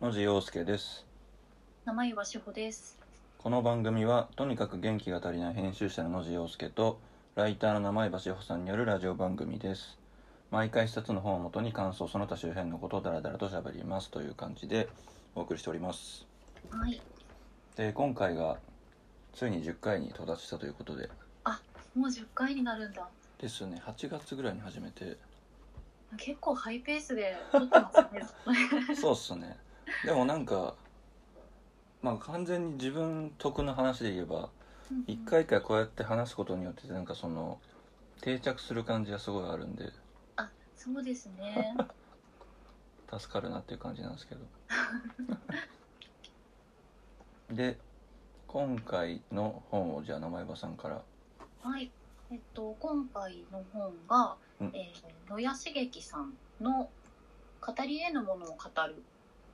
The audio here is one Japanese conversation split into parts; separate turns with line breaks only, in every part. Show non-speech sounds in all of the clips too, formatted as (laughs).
野地陽介です
名前は志保です。
この番組はとにかく元気が足りない編集者の野地陽介とライターの名前橋穂さんによるラジオ番組です毎回一冊の本をもとに感想その他周辺のことをダラダラと喋りますという感じでお送りしております
はい。
で今回がついに10回に到達したということで
もう10回になるんだ。
ですね8月ぐらいに始めて
結構ハイペースで撮ってますね。
そうっすねでもなんかまあ完全に自分得の話で言えば一回一回こうやって話すことによってなんかその定着する感じがすごいあるんで
あ、そうですね。
助かるなっていう感じなんですけ (laughs) どで今回の本をじゃあ名前場さんから
はい。えっと今回の本が、
うん
えー野谷茂樹さんの語り得ぬものを語るっ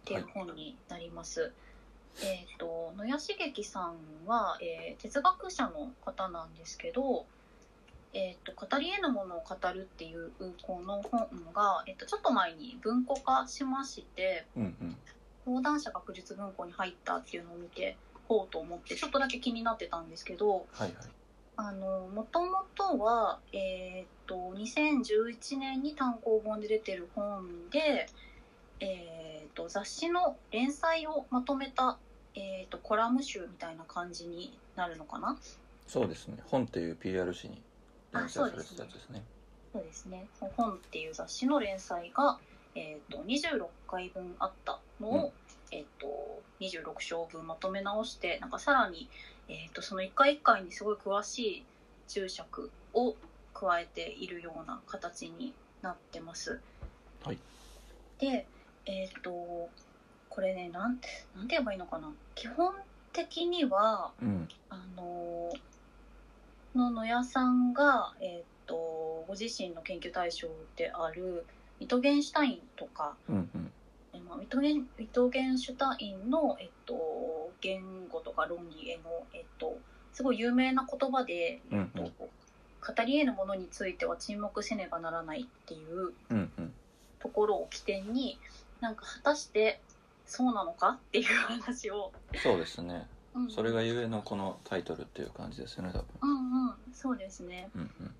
ていう本になります。えっと野谷茂樹さんは、えー哲学者の方なんですけど。えっと語り得ぬものを語るっていうこの本が、えっとちょっと前に文庫化しまして
うんうん
講談社学術文庫に入ったっていうのを見てこうと思ってちょっとだけ気になってたんですけど、
はいはい
あの、もともとは、えーっと、2011年に単行本で出てる本で、えーっと、雑誌の連載をまとめた、えーっと、コラム集みたいな感じになるのかな
そうですね本っていう PR 誌に連載されてたやつですね
そうですね。本っていう雑誌の連載が、えーっと、26回分あったのを、
うん
えーっと、26章分まとめ直して、なんかさらに、えーっと、その一回一回にすごい詳しい注釈を加えているような形になってます。
はい、
で、えーっと、これね、なんて、なんて言えばいいのかな。基本的には、
うん
あのの野谷さんが、えー、とご自身の研究対象であるミトゲンシュタインとか、
うんうん
えまあ、ミトゲンミトゲンシュタインの、えっと言語とか論理への、えっとすごい有名な言葉で、
うん
えっと語り得るものについては沈黙せねばならないっていう
うんうん
ところを起点になんか果たしてそうなのかっていう話を、
そうですね
うん
それがゆえのこのタイトルっていう感じですよね多分
うんうんそうですね
うんうん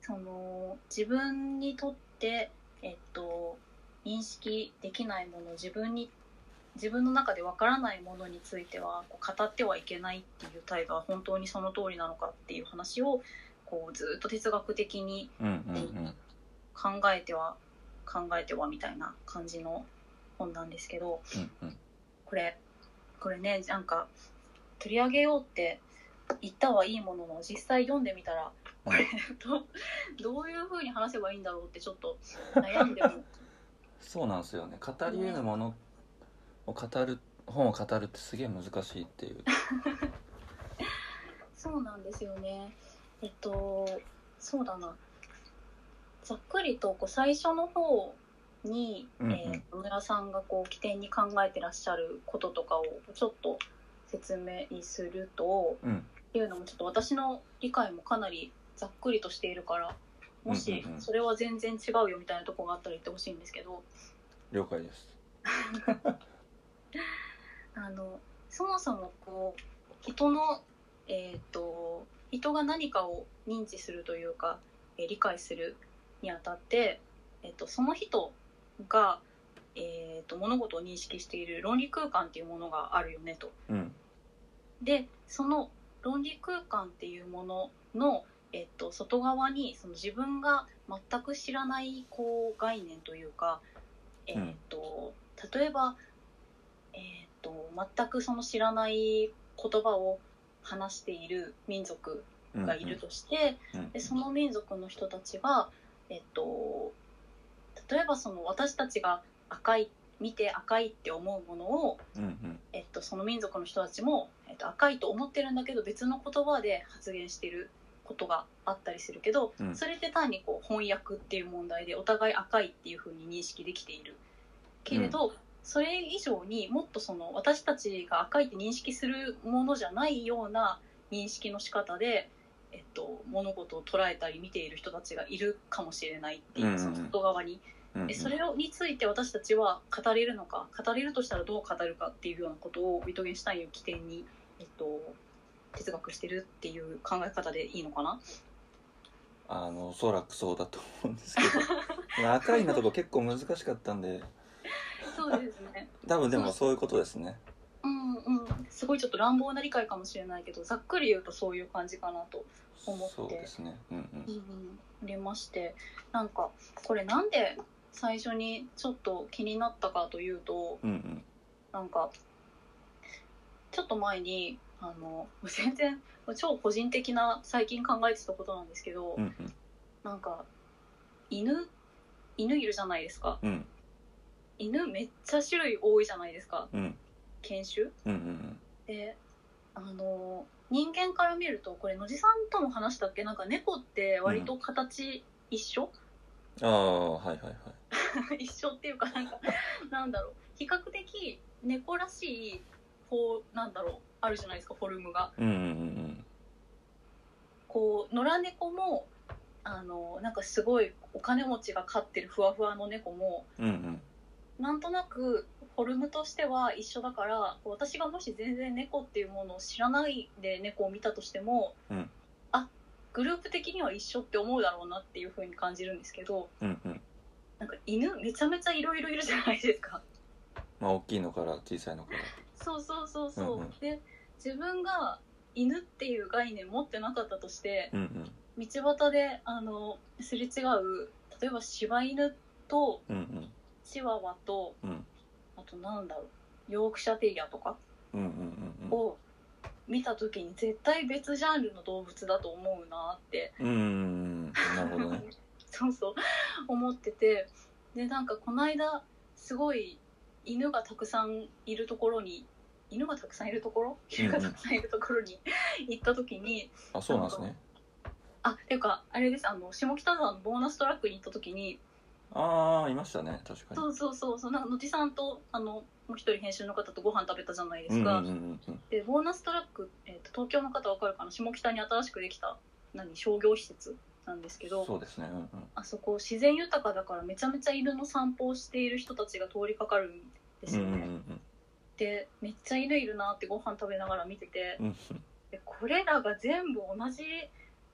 その自分にとって、えっと、認識できないもの自分に自分の中でわからないものについてはこう語ってはいけないっていう態度は本当にその通りなのかっていう話をこうずっと哲学的に
うんうんうん
考えては考えてはみたいな感じの本なんですけど
うんうん
これこれねなんか取り上げようって言ったはいいものの実際読んでみたらこれ (laughs) どどういうふうに話せばいいんだろうってちょっと悩ん
(laughs)
でも
そうなんですよね語り得ぬものを語る本を語るってすげえ難しいって
(laughs)
いう
そうなんですよねえっとそうだなざっくりとこう最初の方に、
うんうん
えー野村さんがこう起点に考えてらっしゃることとかをちょっと説明すると
うん
っていうのもちょっと私の理解もかなりざっくりとしているからもし
うんうんうん
それは全然違うよみたいなとこがあったら言ってほしいんですけど、
了解です
あのそもそもこう人のえっ、と人が何かを認知するというか、えー理解するにあたって、えっとその人が、えー、と物事を認識している論理空間っていうものがあるよねと。
うん
でその論理空間っていうものの、えっと外側にその自分が全く知らないこう概念というか、えっと例えば、えっと全くその知らない言葉を話している民族
うん
がいるとして、
うんうん
でその民族の人たちが、えっと、例えばその私たちが赤い見て赤いって思うものを
うんうん
えっと、その民族の人たちも、えっと、赤いと思ってるんだけど別の言葉で発言してることがあったりするけど、
うん
それって単にこう翻訳っていう問題でお互い赤いっていうふうに認識できているけれど、それ以上にもっとその私たちが赤いって認識するものじゃないような認識の仕方で、えっと、物事を捉えたり見ている人たちがいるかもしれないっていう、
うんうん
その外側に
うんうん
えそれをについて私たちは語れるのか語れるとしたらどう語るかっていうようなことをウィトゲンシュタインを起点に、えっと、哲学してるっていう考え方でいいのかな
あのおそらくそうだと思うんです
(laughs)
けどまあ赤いなとこ結構難しかったんで
そうですね
多分でもそういうことですね
(laughs) うんうんすごいちょっと乱暴な理解かもしれないけどざっくり言うとそういう感じかなと思って
そうですねうんうん
入れましてなんかこれなんで最初にちょっと気になったかというと
うんうん
なんかちょっと前にあの (laughs) 全然もう超個人的な最近考えてたことなんですけど、
うんうん
なんか犬犬いるじゃないですか
うん
犬めっちゃ種類多いじゃないですか
うん
犬種
うんうん
であの人間から見るとこれ野地さんとも話したっけなんか猫って割と形一緒、 (laughs)
ああはいはいはい
一緒っていうかなんかなんだろう比較的猫らしいこうなんだろうあるじゃないですかフォルムが
うんうんうん
こう野良猫もあのなんかすごいお金持ちが飼ってるふわふわの猫も
うんうんうん
なんとなくフォルムとしては一緒だからこう私がもし全然猫っていうものを知らないで猫を見たとしても、
うん
あグループ的には一緒って思うだろうなっていうふうに感じるんですけど
うんうん
なんか犬めちゃめちゃいろいろいるじゃないですか。
まあ大きいのから小さいのから
そうそうそうそう、
うんうん
で自分が犬っていう概念持ってなかったとして
うんうん
道端であのすれ違う例えば柴犬と
うん
チワワと
うんうん
あとなんだろうヨークシャテリアとか
うんうんうん
を見た時に絶対別ジャンルの動物だと思うなって
うんうんうんなるほど
(laughs)
ね
そうそう思っててでなんかこの間すごい犬がたくさんいるところに犬がたくさんいるところ
うん
犬がたくさんいるところに行った時に
あそうなんですね
あっていうかあれですあの下北沢のボーナストラックに行った時に、
ああいましたね確かに
そうそうそうそうなんか野地さんとあのもう一人編集の方とご飯食べたじゃないで
うん
す
うん
か、
うんうんうん
でボーナストラック、えー、と東京の方わかるかな下北に新しくできた何商業施設なんですけど
そうですねうんうん
あそこ自然豊かだからめちゃめちゃ犬の散歩をしている人たちが通りかかるんです
うん
よ
う
ね、
んうん
でめっちゃ犬いるなってご飯食べながら見てて
うんうん
でこれらが全部同じ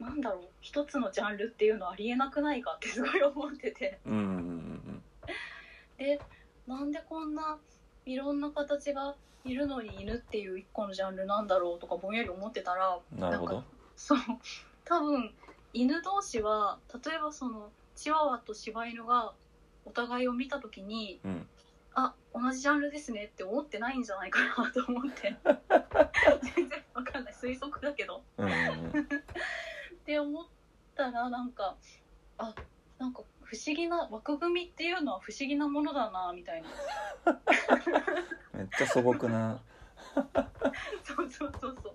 なんだろう一つのジャンルっていうのありえなくないかってすごい思ってて
うんうんうん
でなんでこんないろんな形がいるのに犬っていう一個のジャンルなんだろうとかぼんやり思ってたら
うんなるほど
そう多分犬同士は例えばそのチワワと柴犬がお互いを見た時に
うん
あ同じジャンルですねって思ってないんじゃないかなと思って全然わかんない推測だけど
うんうんうん
って思ったらなんかあなんか不思議な枠組みっていうのは不思議なものだなみたいな
めっちゃ素朴な
そうそうそうそう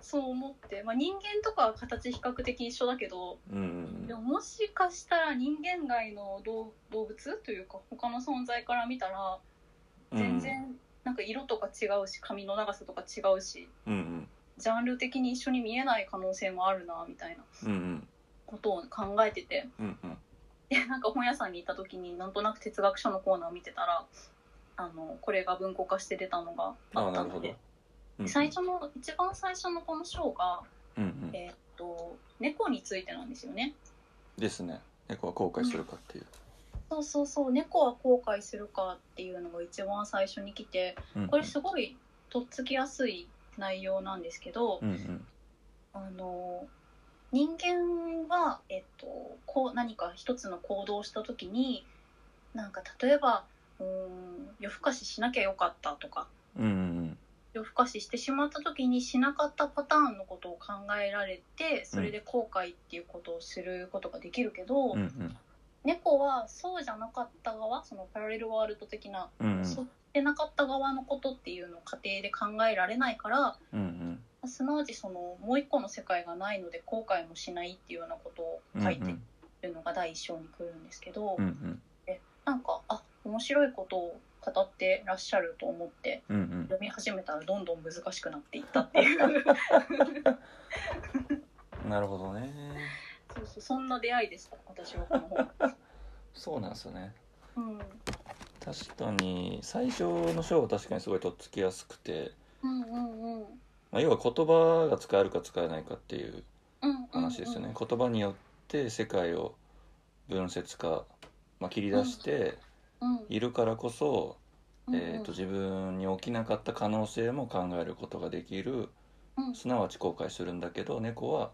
そう思って、まあ、人間とかは形比較的一緒だけど
うんうん
でももしかしたら人間外の動動物というか他の存在から見たら
うん
全然なんか色とか違うし髪の長さとか違うし
うんうん
ジャンル的に一緒に見えない可能性もあるなみたいな
うんうん
ことを考えてて
うんうん
でなんか本屋さんに行った時になんとなく哲学書のコーナーを見てたらあのこれが文庫化して出たのが
あ
あ
あ
った
なるほど
ので最初の一番最初のこの章が、
うんうん
えーっと猫についてなんですよね。
ですね猫は後悔するかっていう
そうそうそう猫は後悔するかっていうのが一番最初に来て
うん
これすごいとっつきやすい内容なんですけど、
うんうん
あの人間は、えっと、こう何か一つの行動をした時になんか例えばうーん夜更かししなきゃよかったとか
うんうん
夜更かししてしまった時にしなかったパターンのことを考えられてそれで後悔っていうことをすることができるけど。
うんうん
猫はそうじゃなかった側そのパラレルワールド的な、
うんうん
そうでなかった側のことっていうのを家庭で考えられないから
うんうん
すなわちそのもう一個の世界がないので後悔もしないっていうようなことを書いてるのが第一章に来るんですけど、
うんうん
なんかあ面白いことを語ってらっしゃると思って
うんうん
読み始めたらどんどん難しくなっていったって
(laughs)
いう
うんなるほどね
そうそうそんな出会いでした私はこの本。
そうなんですよね
うん
確かに最初の章は確かにすごいとっつきやすくて、
うんうんうん
まあ、要は言葉が使えるか使えないかっていう
うんうんうん
話ですよね、言葉によって世界を分節化、まあ、切り出して
うん
いるからこそ、
うんうん
えー、と自分に起きなかった可能性も考えることができる
うん
すなわち後悔するんだけど猫は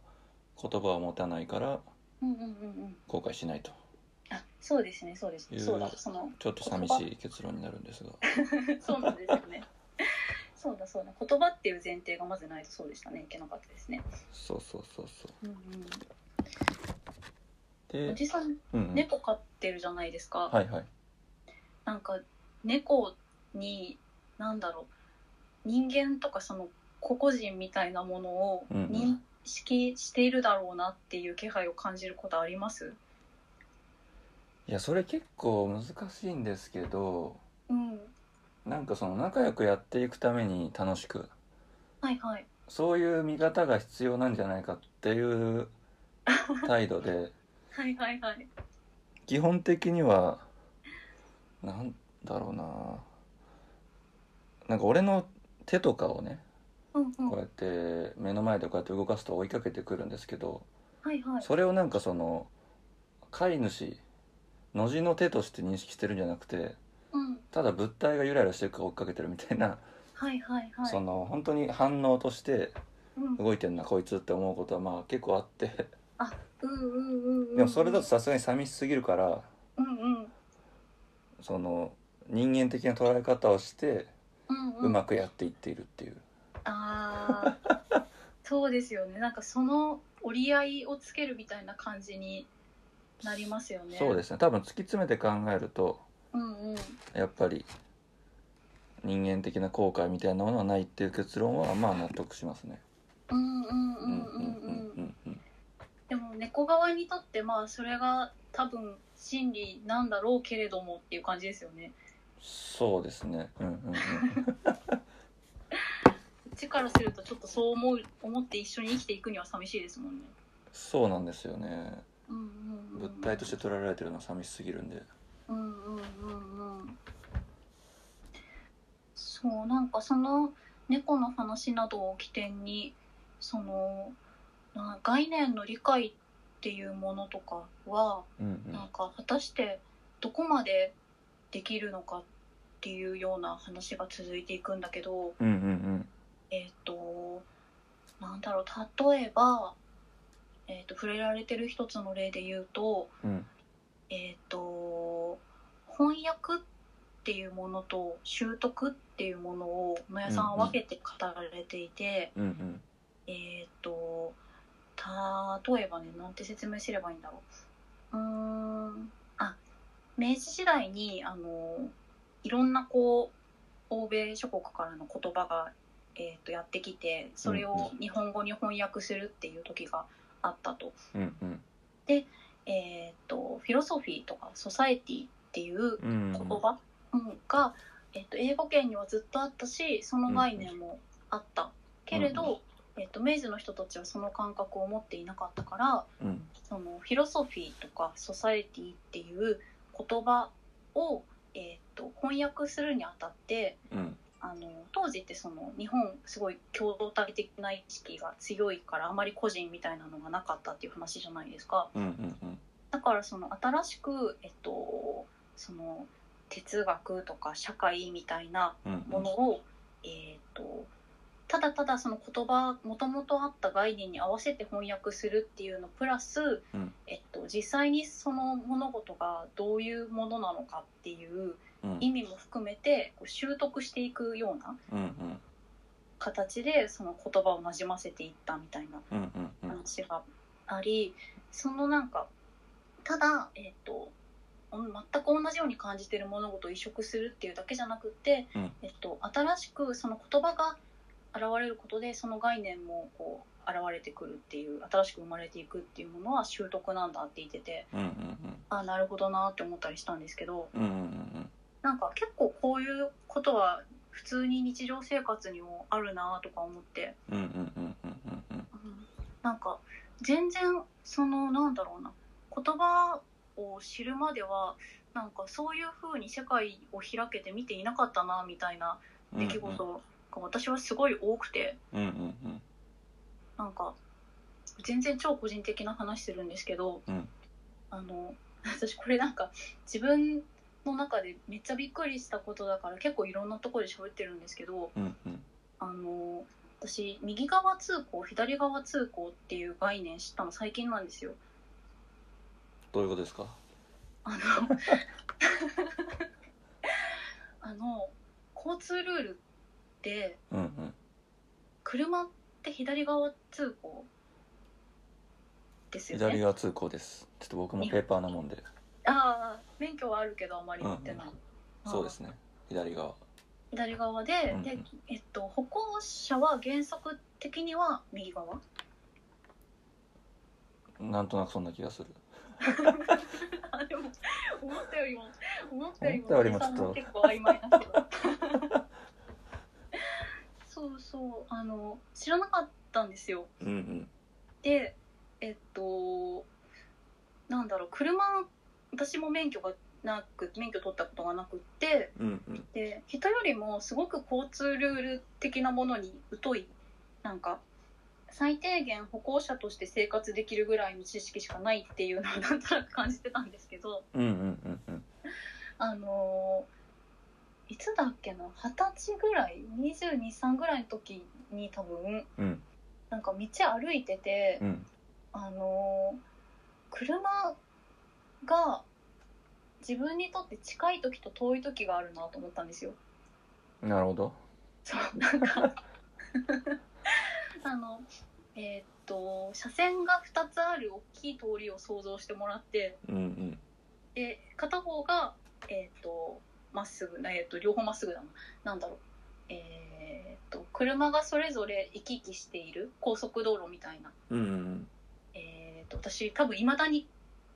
言葉を持たないから
うんうんうんうん
後悔しないと
あそうですねそうです
いう
そうだその (laughs)
ちょっと寂しい結論になるんですが
そうなんですよね (laughs) そうだそうだ言葉っていう前提がまずないとそうでしたねいけなかったですね、
そうそうそうそう
うんうん、お
で、
じさ
う
ん
んうん、
猫飼ってるじゃないですか、
はいはい
なんか猫になんだろう人間とかその個々人みたいなものを
うんうん
認識しているだろうなっていう気配を感じることあります
いやそれ結構難しいんですけど
うん
なんかその仲良くやっていくために楽しく
はいはい
そういう見方が必要なんじゃないかっていう態度
(laughs)
で
はいはいはい
基本的にはなんだろうななんか俺の手とかをね
うんうん
こうやって目の前でこうやって動かすと追いかけてくるんですけど
はいはい
それをなんかその飼い主のじの手として認識してるんじゃなくて
うん
ただ物体がゆらゆらしてるから追っかけてるみたいな、
はいはいはい
その本当に反応として
うん
動いてるなこいつって思うことはまあ結構あって
うんうんうんうん
でもそれだとさすがに寂しすぎるから
うんうん
その人間的な捉え方をして
うんうん
うまくやっていっているっていう、
あーそうですよねなんかその折り合いをつけるみたいな感じになりますよね
そうですすね多分突き詰めて考えると
うんうん
やっぱり人間的な後悔みたいなものはないっていう結論はまあ納得しますね。
うんうんう
うんん
う
うんうん
うんうん
んうん
でも猫側にとってまあそれが多分真理なんだろうけれどもっていう感じですよね
そうですね。うんうんうん。 (laughs)
こっちからするとちょっとそう思う思って一緒に生きていくには寂しいですもんね
そうなんですよね。
うんうん、うん、
物体として捉えられてるのは寂しすぎるんで。
うんうんうんうんそうなんかその猫の話などを起点にそのな概念の理解っていうものとかは、
うん
なんか果たしてどこまでできるのかっていうような話が続いていくんだけど
うん。うんうん
えっ、となんだろう例えば、えー、と触れられてる一つの例で言うと、
うん。うん。
えー、と翻訳っていうものと習得っていうものを野谷さんは分けて語られていて、
うんうん。
えー、と例えばねなんて説明すればいいんだろう。うーんあ明治時代にあのいろんなこう欧米諸国からの言葉が、えー、とやってきてそれを日本語に翻訳するっていう時があったと。
うんうん。
えー、とフィロソフィーとかソサエティっていう
うんうん。
言葉、うんが、えー、と英語圏にはずっとあったしその概念もあった、けれど、えー、と明治の人たちはその感覚を持っていなかったから
うん。
そのフィロソフィーとかソサエティっていう言葉を、えー、と翻訳するにあたって
うん。
あの当時ってその日本すごい共同体的な意識が強いからあまり個人みたいなのがなかったっていう話じゃないですか。
うんうんうん。
だからその新しく、えっと、その哲学とか社会みたいな
うんうん。
ものを、えっとただただその言葉もともとあった概念に合わせて翻訳するっていうのプラス、
うん
えっと、実際にその物事がどういうものなのかっていう
うん
意味も含めてこう習得していくような
うんうん
形でその言葉をなじませていったみたいな
うんうんうん。
話がありそのなんかただ、えー、とうん全く同じように感じてる物事を移植するっていうだけじゃなくて、
うん
えっと新しくその言葉が現れることでその概念もこう現れてくるっていう新しく生まれていくっていうものは習得なんだって言ってて
うんうん
ああなるほどなって思ったりしたんですけど
うん。うんうんうん
なんか結構こういうことは普通に日常生活にもあるなとか思って。
うんうんうんうんうんうん
なんか全然そのなんだろうな言葉を知るまではなんかそういうふうに世界を開けて見ていなかったなみたいな出来事が私はすごい多くて
うんうんうん
なんか全然超個人的な話するんですけど、
うん
あの私これなんか自分の中でめっちゃびっくりしたことだから結構いろんなところで喋ってるんですけど、
うんうん
あの私右側通行左側通行っていう概念知ったの最近なんですよ。
どういうことですか
あの (laughs) あの交通ルールって
うんうん
車って左側通行ですよ
左
ね。
側通行ですちょっと僕もペーパーなもんで
ああ免許はあるけどあんまり乗ってない。
そうですね左側
左側で,、
うんうん
でえっと、歩行者は原則的には右側
なんとなくそんな気がする
あでも思ったよりも思ったより
思っ
も
たよりもちょっと
計算も結構曖昧な人だったそうそうあの知らなかったんですよ
うんうん
でえっとなんだろう車私も免許がなく免許取ったことがなくって
うんうん
で人よりもすごく交通ルール的なものに疎いなんか最低限歩行者として生活できるぐらいの知識しかないっていうのをなんとなく感じてたんですけど、
うんうんうんうん
あのーいつだっけな二十歳ぐらい22歳ぐらいの時に多分
うん
なんか道歩いてて、
うん
あのー車が自分にとって近い時と遠い時があるなと思ったんですよ。
なるほど
そうなんかあのえーっと車線が2つある大きい通りを想像してもらって、
うんうん
で片方がえっ、とまっすぐえっ、と両方まっすぐだななんだろうえっ、と車がそれぞれ行き来している高速道路みたいな
うんうん
えっ、と私多分いまだに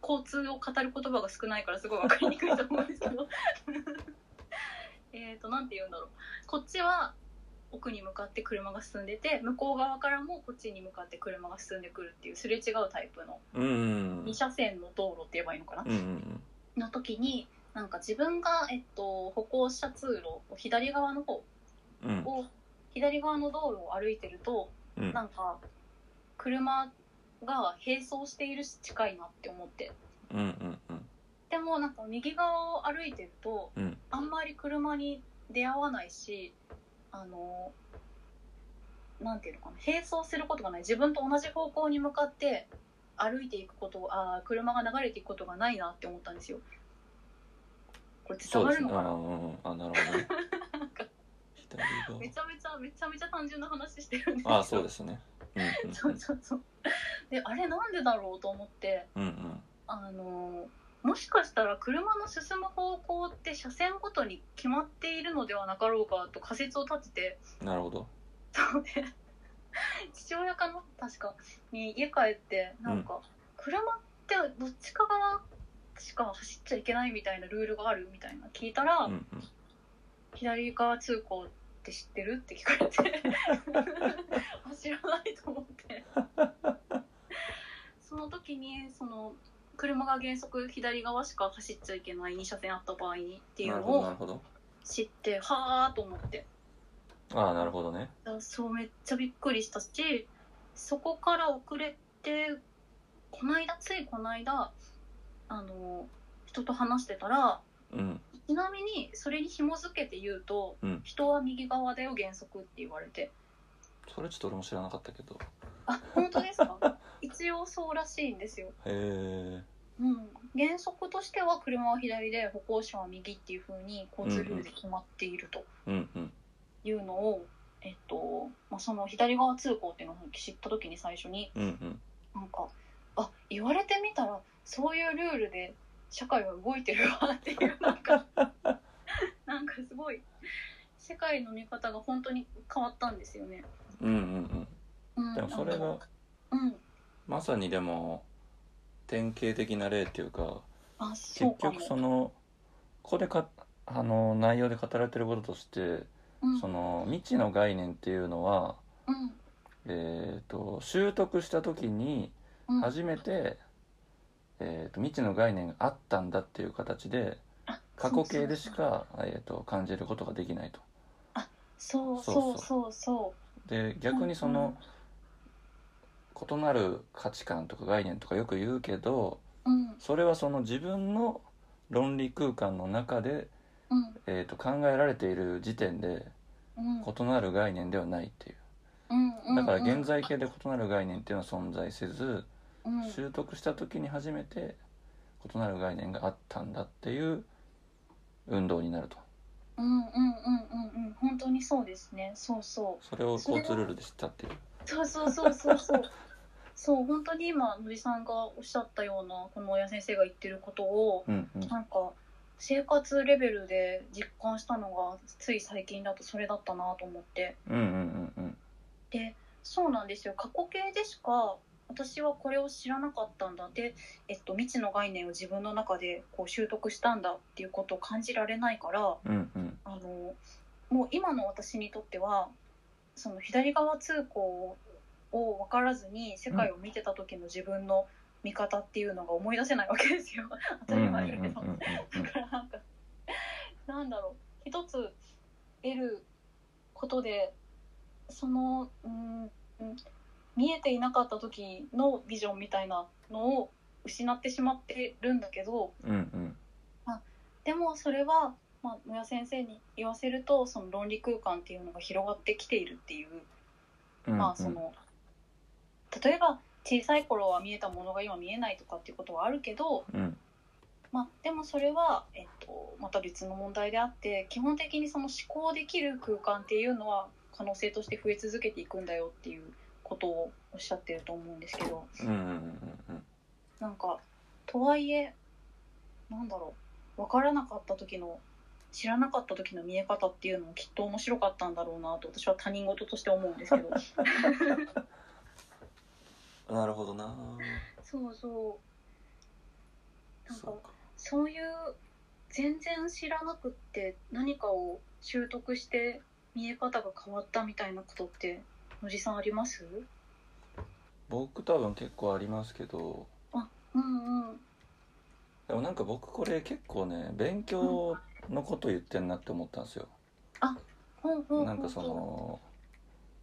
交通を語る言葉が少ないからすごい分かりにくいと思うんですけど (laughs) えっとなんて言うんだろうこっちは奥に向かって車が進んでて向こう側からもこっちに向かって車が進んでくるっていうすれ違うタイプの
うんうんうん
2車線の道路って言えばいいのかな
うんうん
の時になんか自分が、えっと、歩行者通路を左側の方
うん
を左側の道路を歩いてると
うん
なんか車が並走しているし近いなって思って
うんうんうん
でもなんか右側を歩いてると
うん
あんまり車に出会わないしあのなんていうのかな並走することがない自分と同じ方向に向かって歩いていくことあー車が流れていくことがないなって思ったんですよ。これ伝
そう
わ
です
る
ね
のか
あ
な
うんあなるほどね左
めち
側
ゃめちゃめちゃめちゃ単 (laughs) 純な話してるんですけど
あそうですねうん
そうそうそうであれなんでだろうと思って
うんうん
あのもしかしたら車の進む方向って車線ごとに決まっているのではなかろうかと仮説を立てて
うんなるほど
そうね父親かな確かに家帰ってなんか、車ってどっちか側しか走っちゃいけないみたいなルールがあるみたいな聞いたら、
うんうん
左側通行って知ってるって聞かれ
(laughs)
てあ知らないと思ってその時にその車が原則左側しか走っちゃいけない2車線あった場合にっていう
な
の
るほどな
を
るほど
知ってはあと思って
ああなるほどね
だからそうめっちゃびっくりしたしそこから遅れてこないだついこないだあの人と話してたら
うん
ちなみにそれに紐付けて言うと、
うん
人は右側だよ原則って言われて
それちょっと俺も知らなかったけど
あ本当ですか一応そうらしいんですよ、
へえ
うん、原則としては車は左で歩行者は右っていう風に交通ルールで決まっていると
うんうん
いうのを、えっとまあ、その左側通行っていうのを知った時に最初に
うんうん
なんかあ言われてみたらそういうルールで社会は動いてるわっていうなんかなんかすごい世界の見方が本当に変わったんですよね。
うんうん
うん、
でもそれ
な
が
んかうん
まさにでも典型的な例っていうか
あ
結
そうかも
局そのここでかあの内容で語られてることとして
うん
その未知の概念っていうのは、
うん
えー、と習得した時に
うん
初めてえー、と未知の概念があったんだっていう形で
あ
過去形で
そ
し
う
か、えー、と感じることができないと。
そう
そ
そうう
そ
そううそうそ
で
う
逆にその異なる価値観とか概念とかよく言うけど
うんうん
それはその自分の論理空間の中で、
うん
えー、と考えられている時点で
うん
異なる概念ではないっていう
うんうん
だから現在形で異なる概念っていうのは存在せず
うん
習得した時に初めて異なる概念があったんだっていう運動になると
うんうんうんうんうん本当にそうですねそうそ
それを交通ルールで知ったっていう
うそうそうそうそうそうそう本当に今のりさんがおっしゃったようなこの親先生が言ってることを
うんうん
なんか生活レベルで実感したのがつい最近だとそれだったなと思って
うんうんうん
でそうなんですよ過去形でしか私はこれを知らなかったんだで、えっと、未知の概念を自分の中でこう習得したんだっていうことを感じられないから
うんうんうん
あのもう今の私にとってはその左側通行を分からずに世界を見てた時の自分の見方っていうのが思い出せないわけですよ当
う
た
んう
り
んうんうん
前だけど。
う
だ
ん
からなんかなんだろう一つ得ることでそのうんうん見えていなかった時のビジョンみたいなのを失ってしまってるんだけど
うんうん
でもそれは、まあ、野谷先生に言わせるとその論理空間っていうのが広がってきているっていう、
うん
まあその例えば小さい頃は見えたものが今見えないとかっていうことはあるけど、
うん
まあ、でもそれは、えっと、また別の問題であって基本的にその思考できる空間っていうのは可能性として増え続けていくんだよっていうことをおっしゃってると思うんですけど
うんうんうんうん
なんかとはいえなんだろう分からなかった時の知らなかった時の見え方っていうのもきっと面白かったんだろうなと私は他人事として思うんですけど
うんなるほどな
(laughs) そうそうなん
そ
か
うか
そういう全然知らなくって何かを習得して見え方が変わったみたいなことってのりさんあります
僕多分結構ありますけど
うんうん
でもなんか僕これ結構ね勉強のこと言ってんなって思ったんですよ
ほうほうほう
なんかその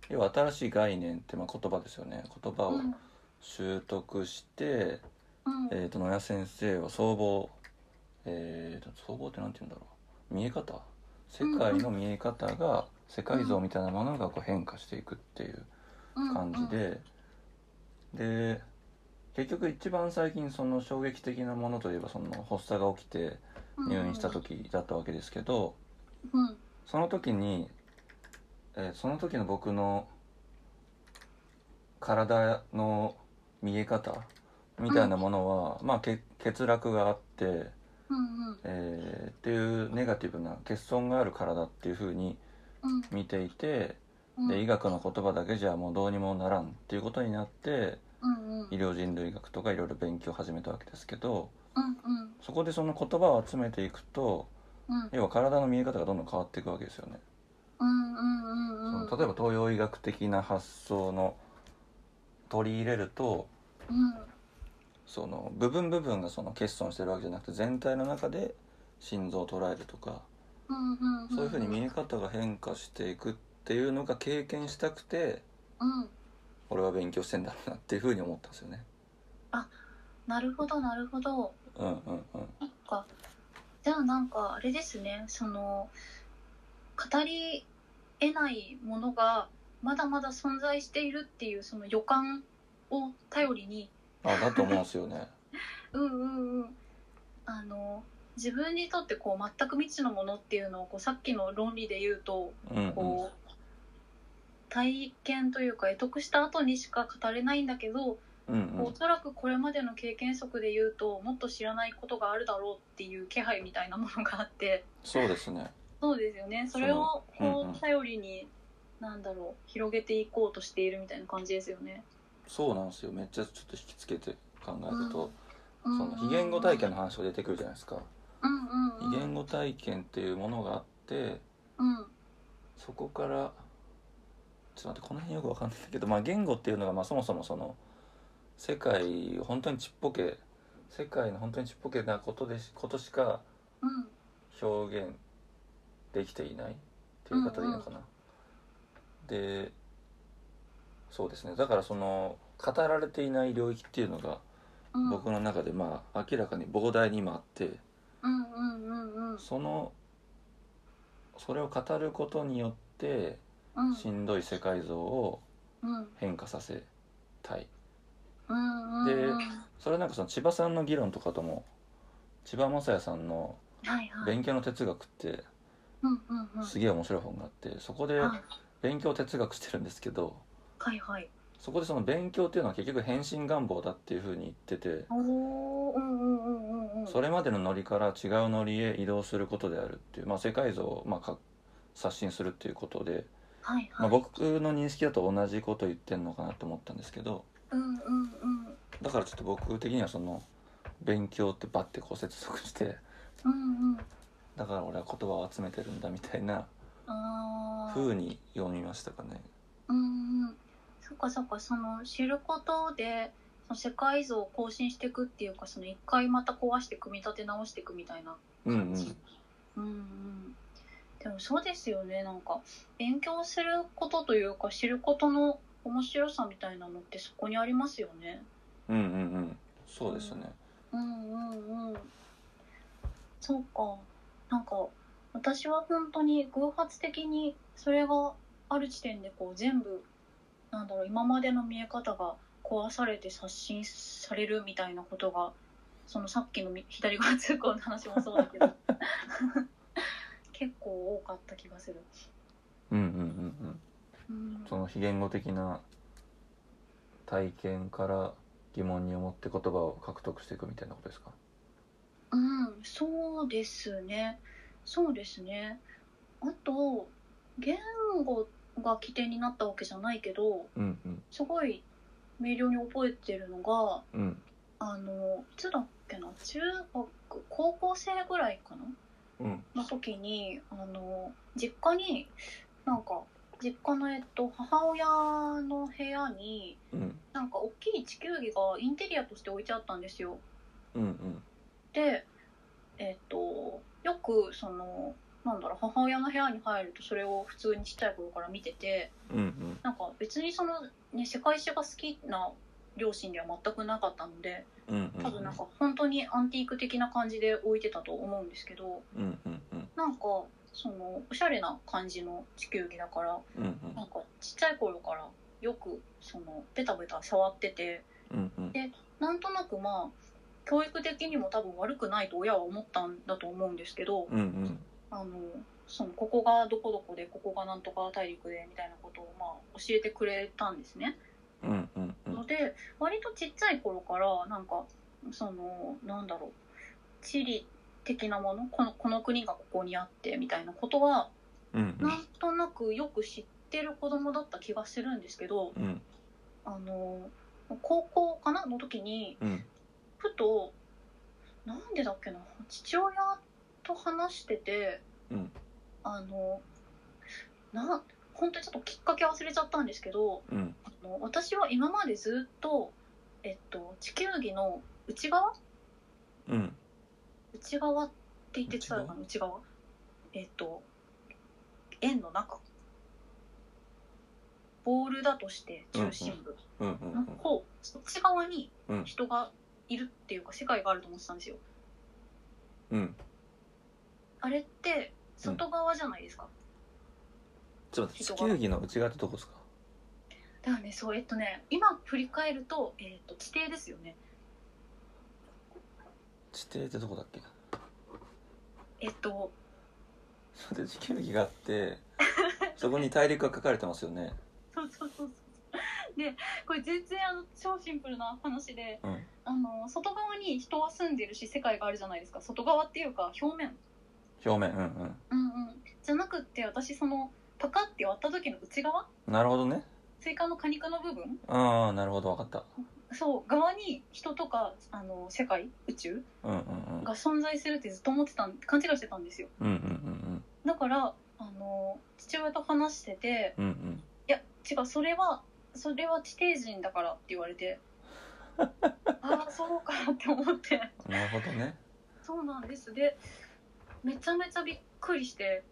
要は新しい概念ってまあ言葉ですよね言葉
う
を
ん
習得して、
うん
えー、と野谷先生は総合えー、と総合ってなんて言うんだろう見え方世界の見え方が世界像みたいなものがこう変化していくっていう
うん
感じで、で結局一番最近その衝撃的なものといえばその発作が起きて入院した時だったわけですけど、
うんうん
その時に、えーその時の僕の体の見え方みたいなものは、まあけ欠落があって、
うん
えーっていうネガティブな欠損がある体っていう風に
うん
見ていて
うん
で医学の言葉だけじゃもうどうにもならんっていうことになって
うんうん
医療人類学とかいろいろ勉強を始めたわけですけど
うんうん
そこでその言葉を集めていくと
うん
要は体の見え方がどんどん変わっていくわけですよね。
うんうん
そ
うんうん
の例えば東洋医学的な発想の取り入れると
うん
その部分部分がその欠損してるわけじゃなくて全体の中で心臓を捉えるとか
うんうん
そういうふうに見え方が変化していくっていうのが経験したくて
うん
俺は勉強してんだろうなっていうふうに思ったんですよね。
なるほどなるほど
うんうんうん
なんかじゃあなんかあれですねその語り得ないものがまだまだ存在しているっていうその予感を頼りに
あだと思うんですよね。
うんうんうんあの自分にとってこう全く未知のものっていうのをこうさっきの論理で言うと
うんうん
こう体験というか得得した後にしか語れないんだけど、
うんうん
おそらくこれまでの経験則で言うともっと知らないことがあるだろうっていう気配みたいなものがあって
そうですね。
そうですよねそれを
そううんうん
こう頼りに、なんだろう広げていこうとしているみたいな感じですよね。
そうなんですよめっちゃちょっと引きつけて考えると、
うん
その非言語体験の話が出てくるじゃないですか。
うんうんうん
非言語体験っていうものがあって
うん
そこからちょっと待ってこの辺よくわかんないんだけど、まあ、言語っていうのがまあそもそもその世界を本当にちっぽけ世界の本当にちっぽけなことでしことしか
うん
表現できていないっていう方でいいのかな。でそうですねだからその語られていない領域っていうのが
うん
僕の中でまあ明らかに膨大に今あって
うんうんうんうん
そのそれを語ることによって
うん
しんどい世界像を
うん
変化させたい
うんうん
で
うん
それはなんかその千葉さんの議論とかとも千葉雅也さんの
はいはい
勉強の哲学って
うんうんうん
すげえ面白い本があってそこで
はい
勉強哲学してるんですけど
はいはい
そこでその勉強っていうのは結局変身願望だっていうふうに言ってて
おーうんうんうんうんうん
それまでのノリから違うノリへ移動することであるっていう、まあ、世界像をまあか刷新するっていうことで、
はい
ま
は
あ、
い
僕の認識だと同じこと言ってんのかなと思ったんですけど
うんうんうん
だからちょっと僕的にはその勉強ってバッてこう接続して
うんうん
だから俺は言葉を集めてるんだみたいな
あー
風に読みましたかね。
うんうんそっかそっかその知ることでその世界像を更新していくっていうかその一回また壊して組み立て直していくみたいな
うんう
感じ
ん
うんうんでもそうですよねなんか勉強することというか知ることの面白さみたいなのってそこにありますよね。
うんうんうんそうですね。
うんうんうんそうかなんか私は本当に偶発的にそれがある時点でこう全部なんだろう今までの見え方が壊されて刷新されるみたいなことがそのさっきのみ左側通行の話もそうだけど (laughs) 結構多かった気がする。
うんうんうんうん
うん
その非言語的な体験から疑問に思って言葉を獲得していくみたいなことですか
うん、そうですね。そうですね。あと、言語が起点になったわけじゃないけど、
うんうん
すごい明瞭に覚えてるのが、
うん
あの、いつだっけな、中学、高校生ぐらいかな
うん
の時に、あの、実家に、なんか、実家の、えっと、母親の部屋に、
うん
なんか大きい地球儀がインテリアとして置いてあったんですよ。
うんうん
で、えっとよくそのなんだろう母親の部屋に入るとそれを普通にちっちゃい頃から見てて
うんうん
なんか別にその、ね、世界史が好きな両親では全くなかったので
うんうんうん
多分なんか本当にアンティーク的な感じで置いてたと思うんですけど
うんうんうん
なんかそのおしゃれな感じの地球儀だから
うんうん
なんかちっちゃい頃からよくそのベタベタ触ってて
うんうん
なんとなくまあ教育的にも多分悪くないと親は思ったんだと思うんですけど、
うんうん
あのそのここがどこどこでここがなんとか大陸でみたいなことを、まあ、教えてくれたんですね。
うんうんうん
ので割とちっちゃい頃からなんかそのなんだろう地理的なものこのこの国がここにあってみたいなことは
うんうん
なんとなくよく知ってる子供だった気がするんですけど
うん
あの高校かなの時に
うん
ふとなんでだっけな父親と話してて、
うん
あのな本当にちょっときっかけ忘れちゃったんですけど
うん
あの私は今までずっと、えっと、地球儀の内側
うん
内側って言ってたのかな内側えっと円の中ボールだとして中心部
うんうん
の方、そっち側に
うん
人がいるっていうか世界があると思ってたんですよ
うん
あれって外側じゃないですか、
ちょっと待って地球儀の内側ってどこですか
だからねそうえっとね今振り返ると,、えっと地底ですよね
地底ってどこだっけ
えっ
ち
と
ょっと待って地球儀があって (laughs) そこに大陸が書かれてますよね
そうそうそうそう。で、これ全然あの超シンプルな話で、
うん
あの外側に人は住んでるし世界があるじゃないですか。外側っていうか表面。
表面うん
うんうん。じゃなくって私そのパカって割った時の内側、
うんなるほどね
スイカの果肉の部分、
ああなるほどわかった
そう側に人とかあの世界宇宙
うんうん
が存在するってずっと思ってたん勘違いしてたんですよ。
うんうんうん
だからあの父親と話してて、
うんうんうん
いや違うそれはそれは地底人だからって言われて。ああそうかって思って
なるほどね
そうなんですでめちゃめちゃびっくりして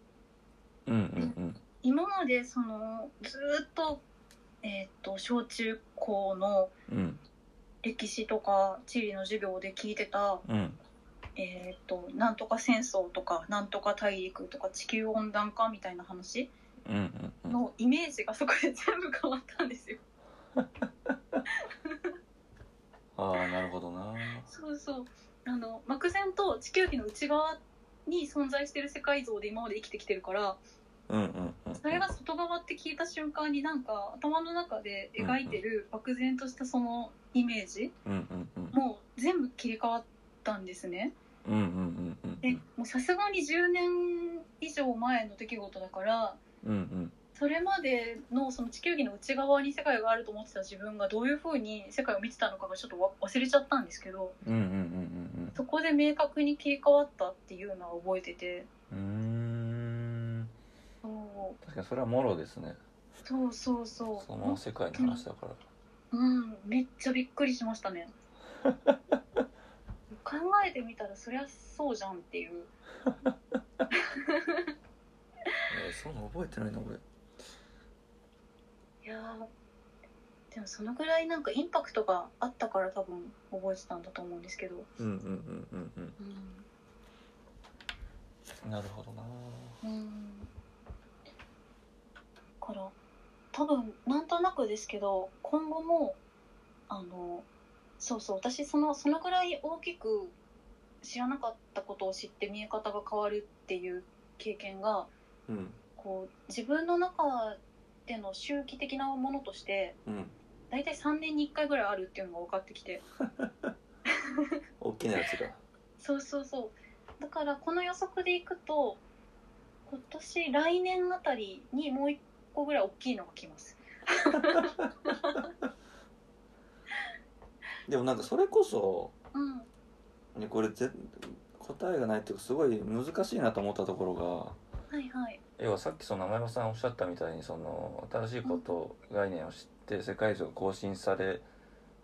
うんうん
今までそのずーっと,、えー、と小中高の
うんうん
歴史とか地理の授業で聞いてた、
うん
えー、となんとか戦争とかなんとか大陸とか地球温暖化みたいな話
うんうんうん
のイメージがそこで全部変わったんですよ。
ああなるほどな
そうそうあの漠然と地球儀の内側に存在してる世界像で今まで生きてきてるから
うんうんうん
それが外側って聞いた瞬間になんか頭の中で描いてる漠然としたそのイメージ
うんうんうん
もう全部切り替わったんですね。
うんうんうんうんう
で
ん
もうさすがに10年以上前の出来事だから
うんうん
それまでのその地球儀の内側に世界があると思ってた自分がどういう風に世界を見てたのかがちょっとわ忘れちゃったんですけど
うんうんうん
そこで明確に切り替わったっていうのは覚えてて
うんうんうーん
そう
確かにそれはもろですね
そうそうそ
その世界の話だから
う、うん、めっちゃびっくりしま (laughs) したね考えてみたらそりゃそうじゃんっていう
えーそんなの覚えてないな俺
いやーでもそのぐらいなんかインパクトがあったから多分覚えてたんだと思うんですけど、
うんうんうんうんうん
う、
なるほどなん
うんだから多分なんとなくですけど今後もあのそうそう私そのそのぐらい大きく知らなかったことを知って見え方が変わるっていう経験が
うん
こう自分の中での周期的なものとして
うん
大体3年に1回ぐらいあるっていうのが分かってきて
大きなやつが
そうそうそうだからこの予測でいくと今年来年あたりにもう一個ぐらい大きいのが来ます
でもなんかそれこそ
うん
ねこれぜ答えがないっていうかすごい難しいなと思ったところ
はいはい
が要はさっきその前山さんおっしゃったみたいにその新しいこと概念を知って世界中が更新され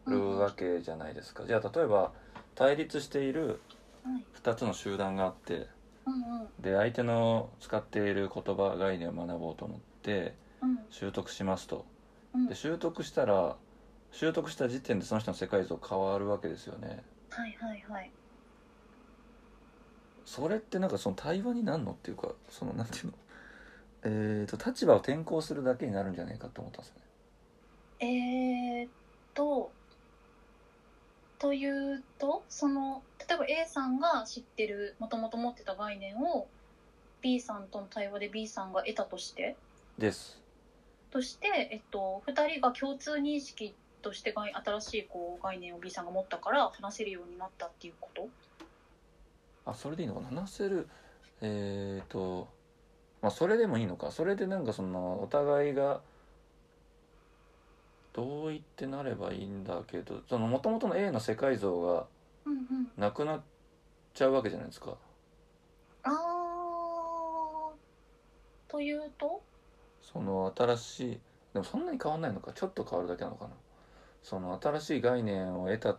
るわけじゃないですか、じゃあ例えば対立している
はい
2つの集団があって
うんうん
で相手の使っている言葉概念を学ぼうと思って
うん
習得しますと
うん
で習得したら習得した時点でその人の世界像変わるわけですよね
はいはいはい
それってなんかその対話になんのっていうかそのなんていうのえー、と立場を転向するだけになるんじゃないかと思ったんですよね
えー、っとというとその例えば A さんが知ってるもともと持ってた概念を B さんとの対話で B さんが得たとして
です
として、えっと、2人が共通認識として概新しいこう概念を B さんが持ったから話せるようになったっていうこと
あそれでいいのかな話せるえー、とまあそれでもいいのかそれでなんかそのお互いが同意ってなればいいんだけどその元々の A の世界像が
うんうん
なくなっちゃうわけじゃないですか
あーというと
その新しいでもそんなに変わんないのかちょっと変わるだけなのかなその新しい概念を得た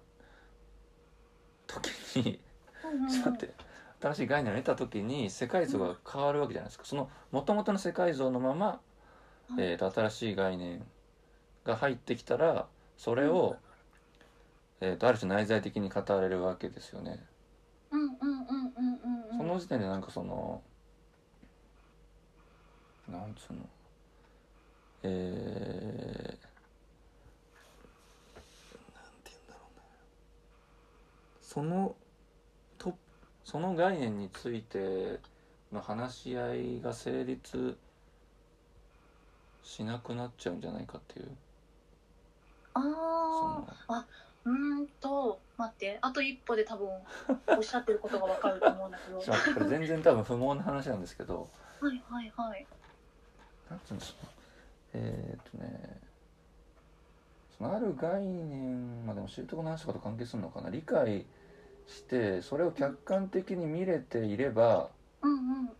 時に
うんうんうん
ちょっ (laughs) と待って新しい概念を得た時に世界像が変わるわけじゃないですかその元々の世界像のまま、
はい
えー、と新しい概念が入ってきたらそれを、えー、とある種内在的に語れるわけですよね。
うんうんうんうんうんうん
その時点でなんかそのなんつうのえー、なんて言うんだろうなそのとその概念についての話し合いが成立しなくなっちゃうんじゃないかっていう
あ
そ
ー
の
うーんと待ってあと一歩で多分おっしゃってることがわかると思うんだ
(laughs)
けど
ちょっと待ってこれ全然多分不毛な話なんですけど
はいはいはい
なんつうんですかえー、っとねそのある概念まあでも習得の話とかと関係するのかな理解してそれを客観的に見れていれば
うんうん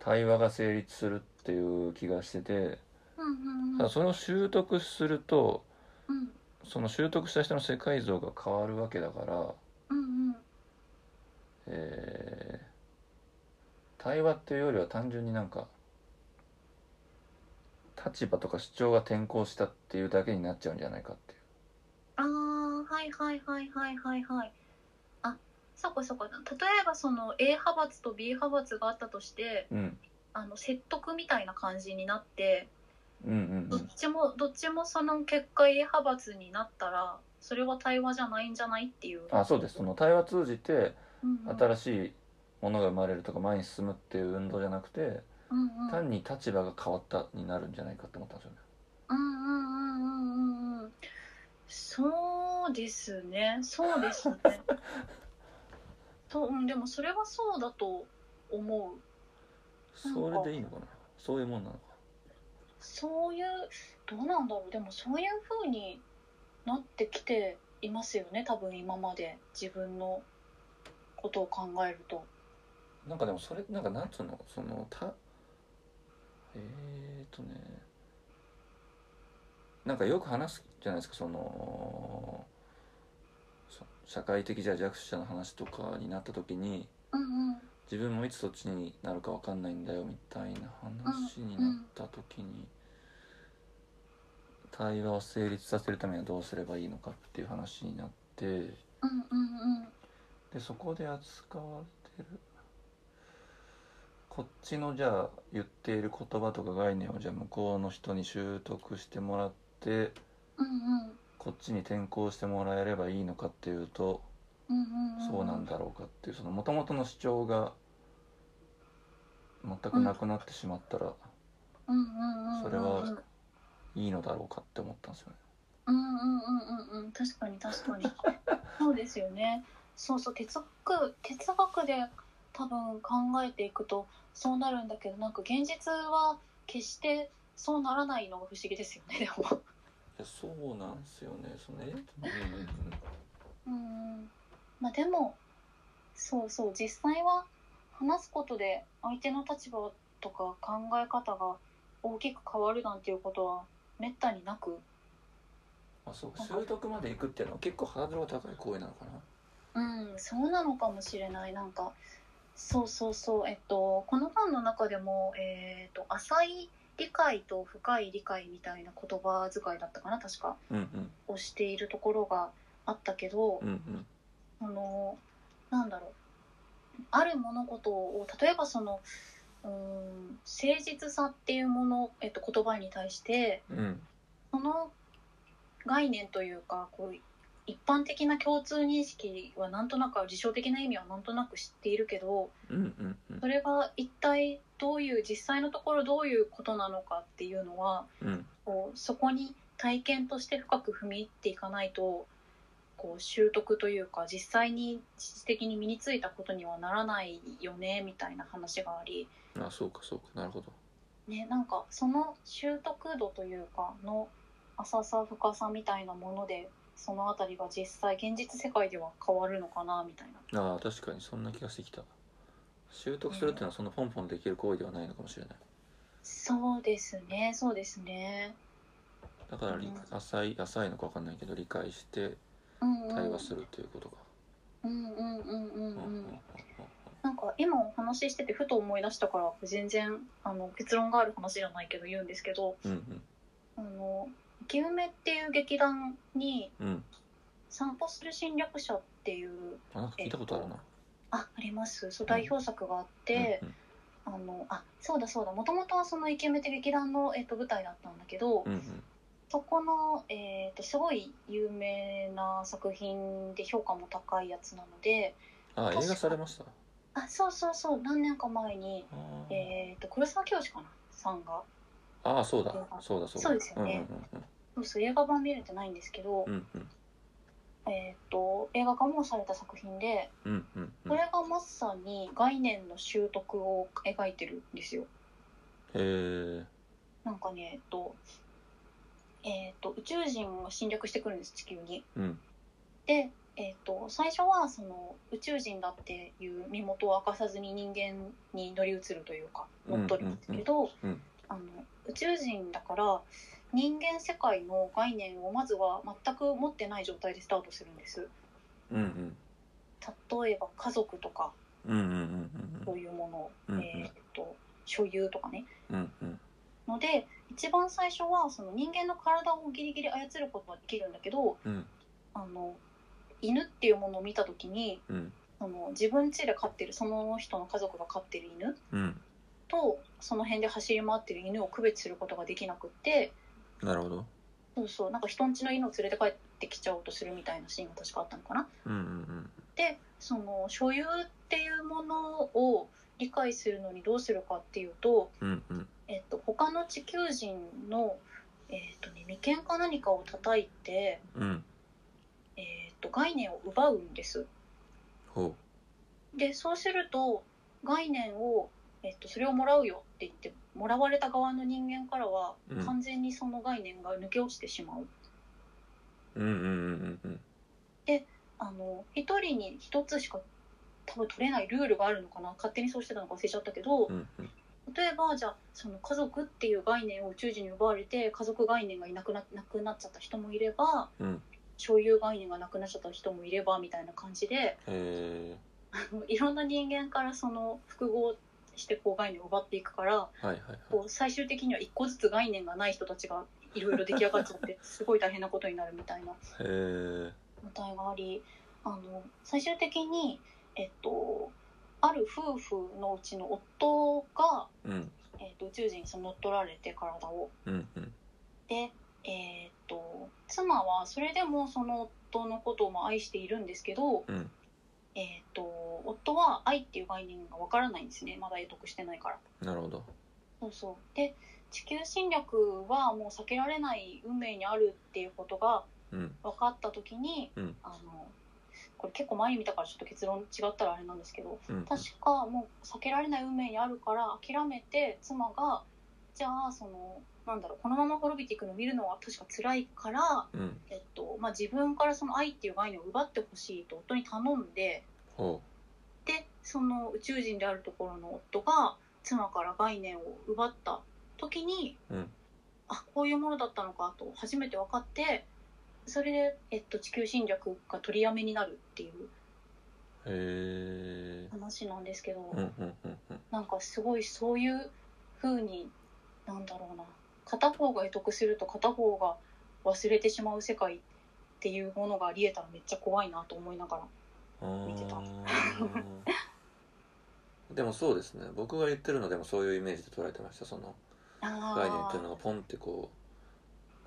対話が成立するっていう気がしてて
うんうんうん
ただそれを習得すると
うん
その習得した人の世界像が変わるわけだから、
うんうん
えー対話っていうよりは単純になんか立場とか主張が転向したっていうだけになっちゃうんじゃないかっていう。
あーはいはいはいはいはいはいあそっかそっか例えばその A 派閥と B 派閥があったとして
うん、
あの説得みたいな感じになって
うんうんう
どっ
ん
ちもどっちもその結果 A 派閥になったらそれは対話じゃないんじゃないっていう、
あそうですその対話通じて
うんうん、
新しいものが生まれるとか前に進むっていう運動じゃなくて
うんうん
単に立場が変わったになるんじゃないかって思ったんですよね。
うんうんうんうんうんうんそうですねそうで
(laughs)
すねと、うん、でもそれはそうだと思う
それでいいのかなそういうもんなのか
そういうどうなんだろうでもそういう風になってきていますよね多分今まで自分のことを考えると。
なんかでもそれなんかなんつうのそのたえー、とねなんかよく話すじゃないですかそのそ社会的じゃ弱者の話とかになった時に
うんうん
自分もいつそっちになるかわかんないんだよみたいな話になった時に対話を成立させるためにはどうすればいいのかっていう話になって。
うんうんうん
でそこで扱われてるこっちのじゃあ言っている言葉とか概念をじゃあ向こうの人に習得してもらって
うんうん
こっちに転向してもらえればいいのかっていうと
うんうん
そうなんだろうかっていうその元々の主張が全くなくなってしまったら
うんうんうんうん
それはいいのだろうかって思ったんですよね。
うんうんうんうんうん確かに確かにそうですよねそうそう哲学哲学で多分考えていくとそうなるんだけどなんか現実は決してそうならないのが不思議ですよねでも。
いやそうなんですよね。そのえ
うんまあでもそうそう実際は話すことで相手の立場とか考え方が大きく変わるなんていうことはめったになく
あそうか習得まで行くっていうのは結構ハードルが高い行為なのかな。
うんそうなのかもしれないなんかそうそうそうえっとこの本の中でもえっと浅い理解と深い理解みたいな言葉遣いだったかな確か
うんうん
をしているところがあったけど、
うんうん
あのなんだろうある物事を例えばそのうーん誠実さっていうもの、えっと、言葉に対して
うん。
その概念というかこう一般的な共通認識はなんとなく事象的な意味はなんとなく知っているけど
うんうんうん
それが一体どういう実際のところどういうことなのかっていうのは
うん
こうそこに体験として深く踏み入っていかないとこう習得というか実際に実質的に身についたことにはならないよねみたいな話があり、
あそうかそうかなるほど
ね、なんかその習得度というかの浅さ深さみたいなものでその辺りが実際現実世界では変わるのかなみたいな。
ああ確かにそんな気がしてきた習得するっていうのはそんなポンポンできる行為ではないのかもしれない
そうですねそうですね。
だから理
うん
浅い浅いのか分かんないけど理解して
うんうん、
対話するということか、
うんうんうんうん
うん
う
うん
ん
うん
なんか今お話ししててふと思い出したから全然あの結論がある話じゃないけど言うんですけど
うんうん
「あの生き埋め」っていう劇団に
うん
「散歩する侵略者」っていう
あなんか聞いたことあるな、
あありますそう代表作があって、
うん
あのあそうだそうだもともとはその「生き埋め」って劇団の、えっと、舞台だったんだけど、
うん
そこの、えっとすごい有名な作品で評価も高いやつなので
うん、あ
確か
映画されました
あそうそうそう何年か前に、
あー、
えっと黒沢教授かなさんが。
あーそうだ
映画
そうだそうだ
そうですよねそうそう映画版見れてないんですけど、
うんうんうん
えー、と映画化もされた作品で
うんうんうんう
こ
んへ
れがまさに概念の習得を描いてるんですよ。
え
なんかねえっと,、えー、と宇宙人が侵略してくるんです地球に。
うん
で、えー、と最初はその宇宙人だっていう身元を明かさずに人間に乗り移るというか乗っ取るんですけ
う
ど、
んうんうんうん
あの宇宙人だから人間世界の概念をまずは全く持ってない状態でスタートするんです
うん
例えば家族とか
うんうんうん
そういうものを、
うんうん
えーっと所有とかね
うんうんうん
ので一番最初はその人間の体をギリギリ操ることはできるんだけど
うん
あの犬っていうものを見た時に
うん
その自分家で飼ってるその人の家族が飼ってる犬
うん
とその辺で走り回ってる犬を区別することができなくって
なるほど
そうそうなんか人ん家の犬を連れて帰ってきちゃおうとするみたいなシーンが確かあったのかな。
うんうん
でその所有っていうものを理解するのにどうするかっていうと、
うんうんうん
えっと、他の地球人の、えっとね、眉間か何かを叩いて、
うん
えっと、概念を奪うんです。
ほ
でそうすると概念を、えっと、それをもらうよって言ってもらわれた側の人間からは
うん
完全にその概念が抜け落ちてしまう。
ううんうんうんうん
あの一人に一つしか多分取れないルールがあるのかな勝手にそうしてたのか忘れちゃったけど、
うんうんうん
例えばじゃあその家族っていう概念を宇宙人に奪われて家族概念がいなくななくなっちゃった人もいれば
うん
所有概念がなくなっちゃった人もいればみたいな感じで (laughs)
へ
あのいろんな人間からその複合してこう概念を奪っていくから
えはいはいはい
こう最終的には一個ずつ概念がない人たちがいろいろ出来上がっちゃって (laughs) すごい大変なことになるみたいな
へえ
問題がありあの最終的に、えっと、ある夫婦のうちの夫が、
うん
えっと、宇宙人にその乗っ取られて体を。
うんうん
で、えーっと妻はそれでもその夫のことをまあ愛しているんですけど、
うん
えーっと夫は愛っていう概念がわからないんですねまだ得得してないから。
なるほど
そうそうで地球侵略はもう避けられない運命にあるっていうことが
うん
分かった時に、
うん
あのこれ結構前に見たからちょっと結論違ったらあれなんですけど
うん
確かもう避けられない運命にあるから諦めて妻がじゃあそのなんだろうこのまま滅びていくのを見るのは確か辛いから、
うん
えっとまあ、自分からその愛っていう概念を奪ってほしいと夫に頼んで
ほ
でその宇宙人であるところの夫が妻から概念を奪った時に、
うん
あこういうものだったのかと初めて分かってそれで、えっと、地球侵略が取りやめになるっていう
うへえ
話なんですけど。
うんうんうんうん
なんかすごいそういう風になんだろうな片方が得得すると片方が忘れてしまう世界っていうものがありえたらめっちゃ怖いなと思いながら見てた
うん (laughs) でもそうですね僕が言ってるのでもそういうイメージで捉えてましたその概念っていうのがポンってこ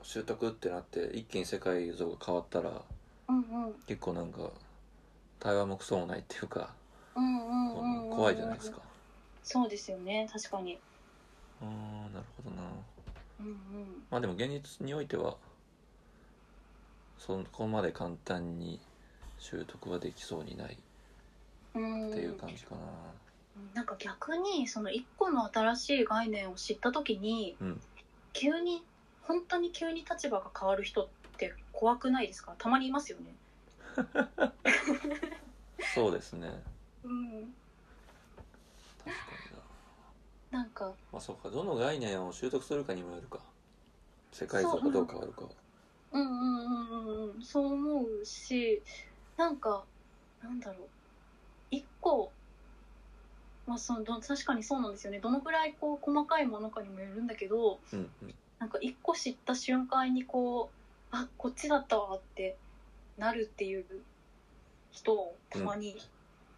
う習得ってなって一気に世界像が変わったら
うんうん
結構なんか対話もクソもないっていうか、
うんうんうんうんうん
怖いじゃないですか
そうですよね確かに
うんなるほどな
うんうん
まあでも現実においてはそこまで簡単に習得はできそうにない
うん
っていう感じかな
なんか逆にその一個の新しい概念を知った時に、
うん
急に本当に急に立場が変わる人って怖くないですかたまにいますよね
そうですね
うん
確かにな
なんか
まあそうかどの概念を習得するかにもよるか世界像がどう変わるかは
うんうんうんうんうんそう思うしなんかなんだろう一個まあそのど確かにそうなんですよねどのぐらいこう細かいものかにもよるんだけど
うんうん
なんか一個知った瞬間にこうあこっちだったわってなるっていう人をたまに、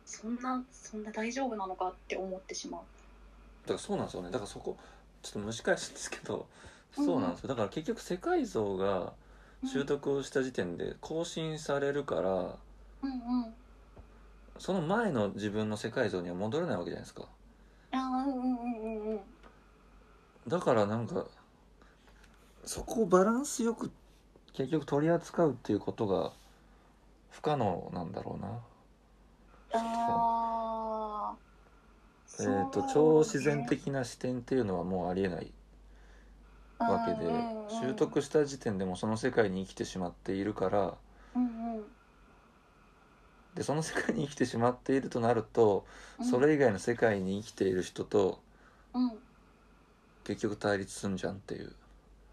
そんなそんな大丈夫なのかって思ってしまう。
だからそうなんですよねだからそこちょっと蒸し返すんですけどそうなんですよだから結局世界像が習得をした時点で更新されるから
うんうんうん
その前の自分の世界像には戻れないわけじゃないですか
あーうんうんうんうんうん
だからなんかそこをバランスよく結局取り扱うっていうことが不可能なんだろうな
あ
え
ー
っ、
そう
と超自然的な視点っていうのはもうありえないわけで
うんうんうん
習得した時点でもうその世界に生きてしまっているから
うんうん
でその世界に生きてしまっているとなるとそれ以外の世界に生きている人と
うん
結局対立すんじゃんっていう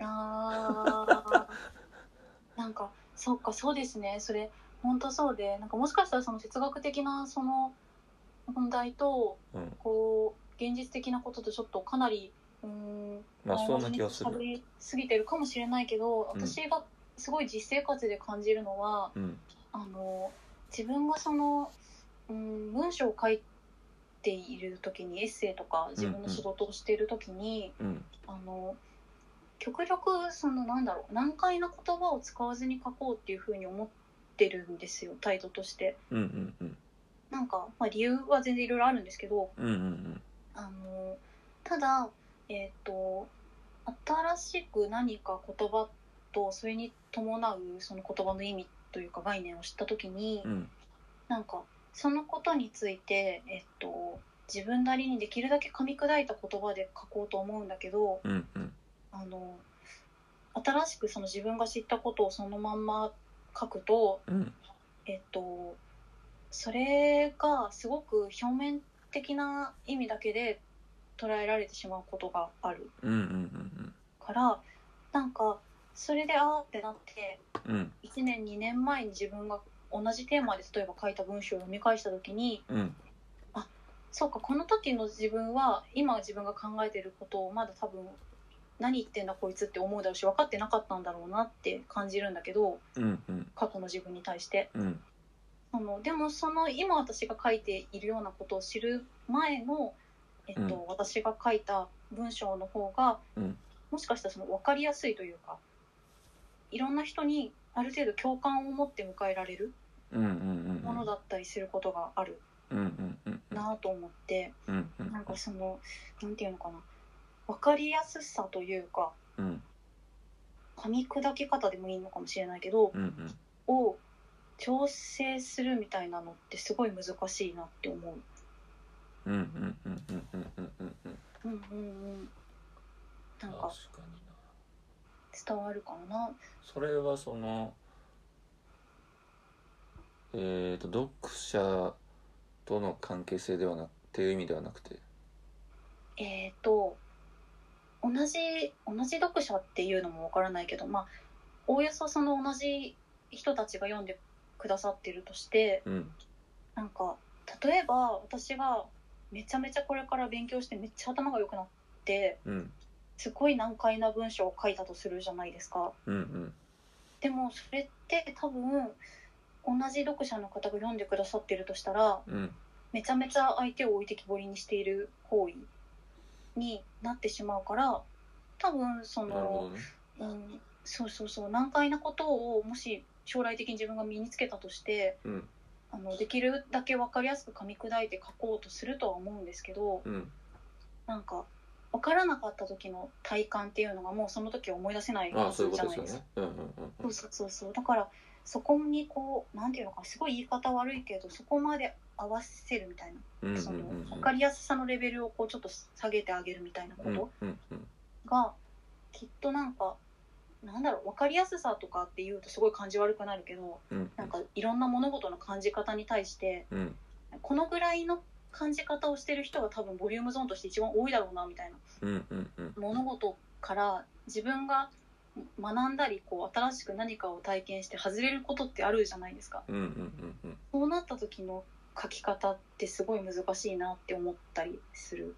ああーなんかそっかそうですねそれ本当そうでなんかもしかしたらその哲学的なその問題と
うん
こう現実的なこととちょっとかなりうーん
まあ
前
そ
倒
ん
し
な
に
気がす
さ
る
れすぎてるかもしれないけど
うん
私がすごい実生活で感じるのは、
うん
あの自分がその、うん、文章を書いている時にエッセイとか自分の仕事をしている時に、
うん
あの極力そのなんだろう難解な言葉を使わずに書こうっていうふうに思ってるんですよ態度として。
うんうんうん
なんか、まあ、理由は全然いろいろあるんですけど
うんうん
あのただえっ、と新しく何か言葉とそれに伴うその言葉の意味というか概念を知った時に、
うんうん
なんかそのことについて、えっと、自分なりにできるだけ噛み砕いた言葉で書こうと思うんだけど
うんうん
あの新しくその自分が知ったことをそのまんま書くと、
うん
えっと、それがすごく表面的な意味だけで捉えられてしまうことがある
うんうんうん
からなんかそれであーってなって
うん
1年2年前に自分が同じテーマで例えば書いた文章を読み返した時に
うん
そうかこの時の自分は今自分が考えてることをまだ多分何言ってんだこいつって思うだろうし分かってなかったんだろうなって感じるんだけど
うんうん
過去の自分に対して
うん
あのでもその今私が書いているようなことを知る前の、えっと
うん
私が書いた文章の方が、
うん
もしかしたらその分かりやすいというかいろんな人にある程度共感を持って迎えられる
うんうんうん
ものだったりすることがある
うんうんうんうん
なと思って。
うんうん
なんかそのなんていうのかな分かりやすさというか
うん
噛み砕き方でもいいのかもしれないけど
うんうん
を調整するみたいなのってすごい難しいなって思
うんうんうんうんうんうんうんうん
う。うんうんうん、なん
確かに
か
な
伝わるかな。
それはそのえっ、と読者との関係性ではなくっていう意味ではなくて
えっ、と同じ同じ読者っていうのもわからないけどまあおおよそその同じ人たちが読んでくださってるとして
うん
なんか例えば私がめちゃめちゃこれから勉強してめっちゃ頭が良くなって
うん
すごい難解な文章を書いたとするじゃないですか
うんうん
でもそれって多分同じ読者の方が読んでくださってるとしたら
うん
めちゃめちゃ相手を置いてきぼりにしている行為になってしまうから多分そ
なるほど
の、
ね
うん、そうそうそう難解なことをもし将来的に自分が身につけたとして
うん
あのできるだけ分かりやすく噛み砕いて書こうとするとは思うんですけど
うん
なんか分からなかった時の体感っていうのがもうその時は思い出せない
ああそういうこ
じゃ
と
ない
で
です
よ
すか
ね。うんうんう
そ
ん
うそうそうそうだからそこにこうなんていうのかすごい言い方悪いけどそこまで合わせるみたい
うんうん
な
うん
その
うん
分かりやすさのレベルをこうちょっと下げてあげるみたいなこ
うん
と
うんうん
がきっとなんかなんだろう分かりやすさとかっていうとすごい感じ悪くなるけど
うん
なんかいろんな物事の感じ方に対して
うん
このぐらいの感じ方をしてる人が多分ボリュームゾーンとして一番多いだろうなみたいな
うんうんうん
物事から自分が学んだりこう新しく何かを体験して外れることってあるじゃないですか
うんうんうんうん
そうなった時の書き方ってすごい難しいなって思ったりする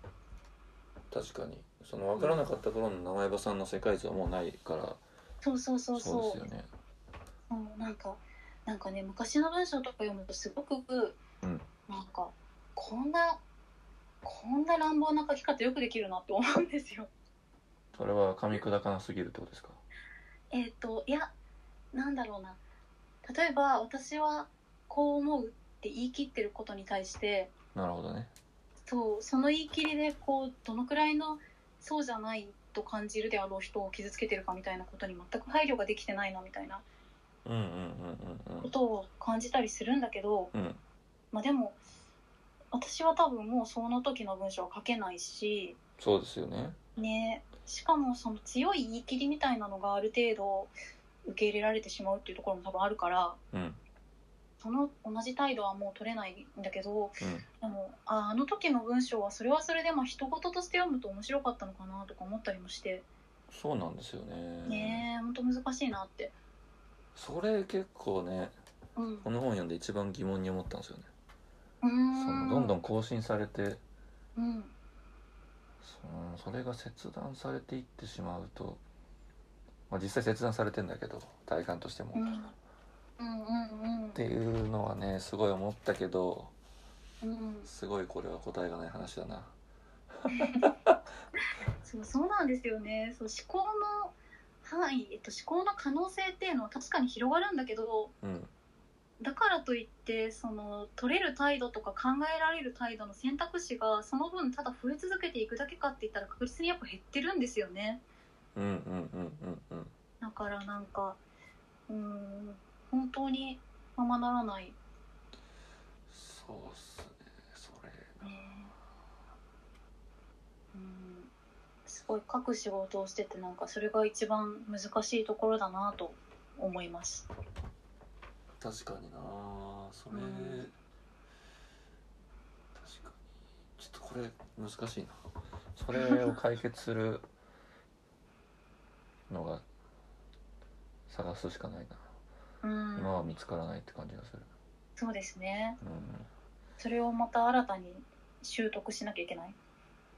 確かにその分からなかった頃の名前場さんの世界図はもうないから
そうそうそうそう
そうですよね。
うんなんかなんかね昔の文章とか読むとすごく、
うん
なんかこんなこんな乱暴な書き方よくできるなって思うんですよ
それは噛み砕かなすぎるってことですか。
えっ、といやなんだろうな例えば私はこう思うって言い切ってることに対して
なるほどね。
そうその言い切りでこうどのくらいのそうじゃないと感じるであろう人を傷つけてるかみたいなことに全く配慮ができてないなみたいな
うんうんうん
こ
う
とを感じたりするんだけど、
んうん。うん
まあ、でも私は多分もうその時の文章は書けないし、
そうですよね。
ね、しかもその強い言い切りみたいなのがある程度受け入れられてしまうっていうところも多分あるから。
うん
その同じ態度はもう取れないんだけど
うん。
でもああの時の文章はそれはそれでまあ人事として読むと面白かったのかなとか思ったりもして
そうなんですよね
ねえ本当難しいなって
それ結構ね
うんう
この本読んで一番疑問に思ったんですよね
ー
そのどんど
ん
ん更新されて
うん
そのそれが切断されていってしまうと、まあ、実際切断されてんだけど体感としても、
うん
っ
うんうんうん
ていうのはねすごい思ったけど
うん
すごいこれは答えがない話だな
そうそうなんですよねそう思考の範囲、えっと、思考の可能性っていうのは確かに広がるんだけど
うん
だからといってその取れる態度とか考えられる態度の選択肢がその分ただ増え続けていくだけかって言ったら確実にやっぱ減ってるんですよね
うんうんうんうんうん
だからなんかうーん本当にままならない
そうっすねそれ
ねうんすごい各仕事をしててなんかそれが一番難しいところだなと思います
確かになそれ、
うん
確かにちょっとこれ難しいなそれを解決するのが探すしかないな、
うん
今は見つからないって感じがする
そうですね
うん
それをまた新たに習得しなきゃいけない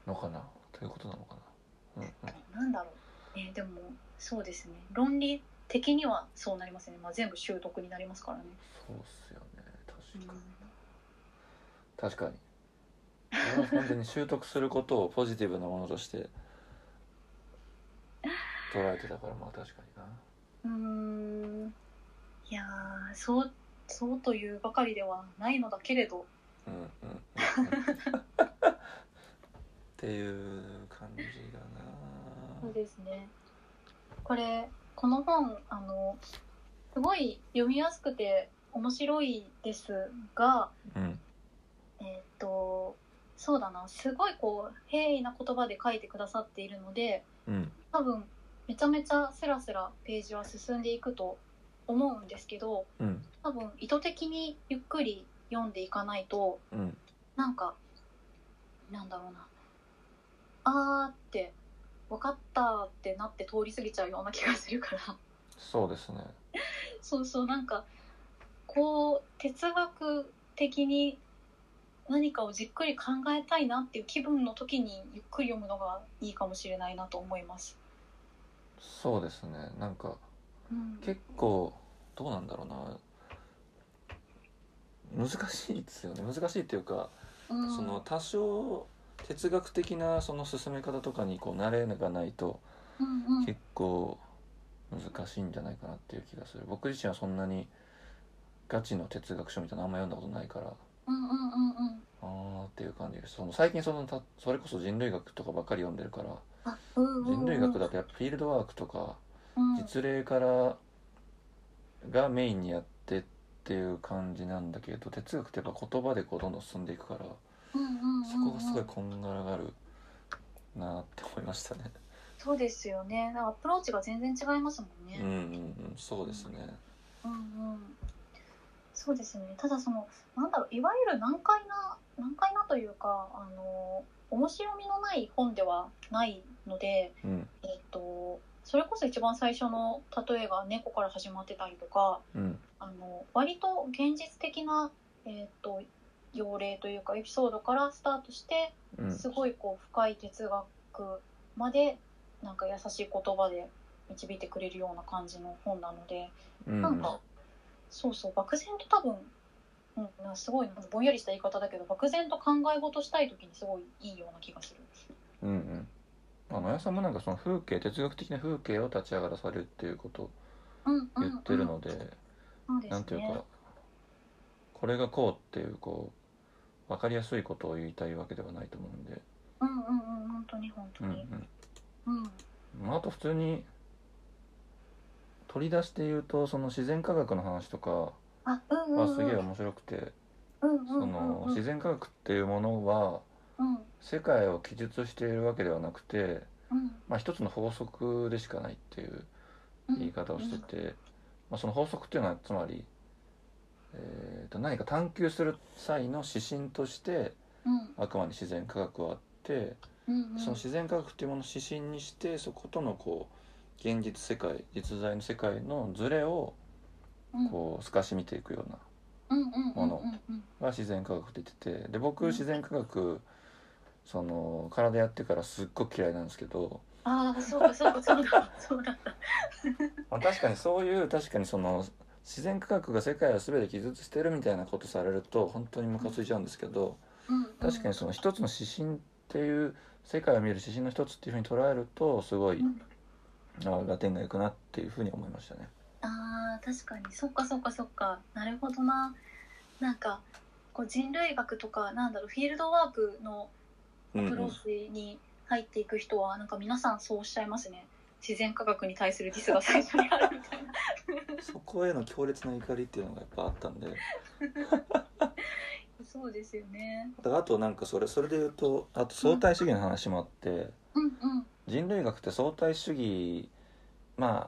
のかなということなのかな、うんうん、
なんだろう、ね、でもそうですね論理的にはそうなりますね、まあ、全部習得になりますからね、
そうっすよね
うん
確かに、確かに俺は完全に習得することをポジティブなものとして捉えてたからまあ確かにな
うーんいやーそうそうというばかりではないのだけれど
うんうんうんうんっていう感じだ
そう
な
ですねこれこの本あのすごい読みやすくて面白いですが
うん
えーっとそうだなすごいこう平易な言葉で書いてくださっているので
うん
多分めちゃめちゃスラスラページは進んでいくと思うんですけど
うん
多分意図的にゆっくり読んでいかないと
うん
なんかなんだろうなあーって分かったってなって通り過ぎちゃうような気がするから (laughs)
そうですね
そうそうなんかこう哲学的に何かをじっくり考えたいなっていう気分の時にゆっくり読むのがいいかもしれないなと思います。
そうですねなんか
うん
結構どうなんだろうな難しいですよね難しいっていうか、
うん
その多少哲学的なその進め方とかにこう慣れがないと
うんうん
結構難しいんじゃないかなっていう気がする僕自身はそんなにガチの哲学書みたいなのあんま読んだことないから
うんうんうんうん
あーっていう感じですその最近そのたそれこそ人類学とかばっかり読んでるから
あうんうんうん
人類学だとやっぱフィールドワークとか
うん
実例からがメインにやってっていう感じなんだけど哲学ってやっぱ言葉でこうどんどん進んでいくから
うんうんうんうん
そこがすごいこんがらがるなって思いましたね。
そうですよねなんかアプローチが全然違いますもんね、
うんうんうんそうですね。
うんうんそうですねただそのなんだろういわゆる難解な難解なというかあの面白みのない本ではないので、
うん
えっとそれこそ一番最初の例えが猫から始まってたりとか
うん
あの割と現実的な、えっと要例というかエピソードからスタートして
うん
すごいこう深い哲学までなんか優しい言葉で導いてくれるような感じの本なので。
うん
なんか、そうそう、漠然と多分、うん、なすごいなんかぼんやりした言い方だけど、漠然と考え事したい時にすごいいいような気がする。
うんうんあのやさんもなんかその風景哲学的な風景を立ち上がらされるっていうことを
うんうん、うん。
言ってるので、
そうですね。
なんていうかこれがこうっていうこう分かりやすいことを言いたいわけではないと思うんで、
うんうんうん、本当に本当
うん
に。うん。
うんまあ、あと普通に取り出して言うとその自然科学の話とか
あ、うんうん、う
は
ん。
すげえ面白くて、
うんうんうん、
その自然科学っていうものは
うん
世界を記述しているわけではなくて、
うん
まあ、一つの法則でしかないっていう
うん。
言い方をしてて、まあ、その法則っていうのはつまり、えー、と何か探求する際の指針として
うん。
あくまで自然科学はあって
うんうんうん
その自然科学っていうものを指針にしてそことのこう現実世界実在の世界のズレをこう透かし見ていくような
うんうんうん
もの
うんうん
が自然科学って言っててで僕
うん
自然科学その体やってからすっごく嫌いなんですけど、
ああそうかそうかそうだそうだった
まあ、確かにそういう確かにその自然科学が世界を全て傷つしてるみたいなことされると本当にムカついちゃうんですけど
うんうん
確かにその一つの指針っていう世界を見る指針の一つっていうふうに捉えるとすごい
うん
ああラテンがいくなっていうふうに思いましたね。
あー確かにそっかそっかそっかなるほどななんかこう人類学とかなんだろうフィールドワークの
うん
アプ
う
ロ
ん
ーチに入っていく人は、なんか皆さんそうおっしゃいますね自然科学に対するディスが最初にあるみた
(laughs)
いな
そこへの強烈な怒りっていうのがやっぱあったんでだ
そうですよね
からあとなんかそれそれで言うとあと相対主義の話もあって、
うんうん
人類学って相対主義まあ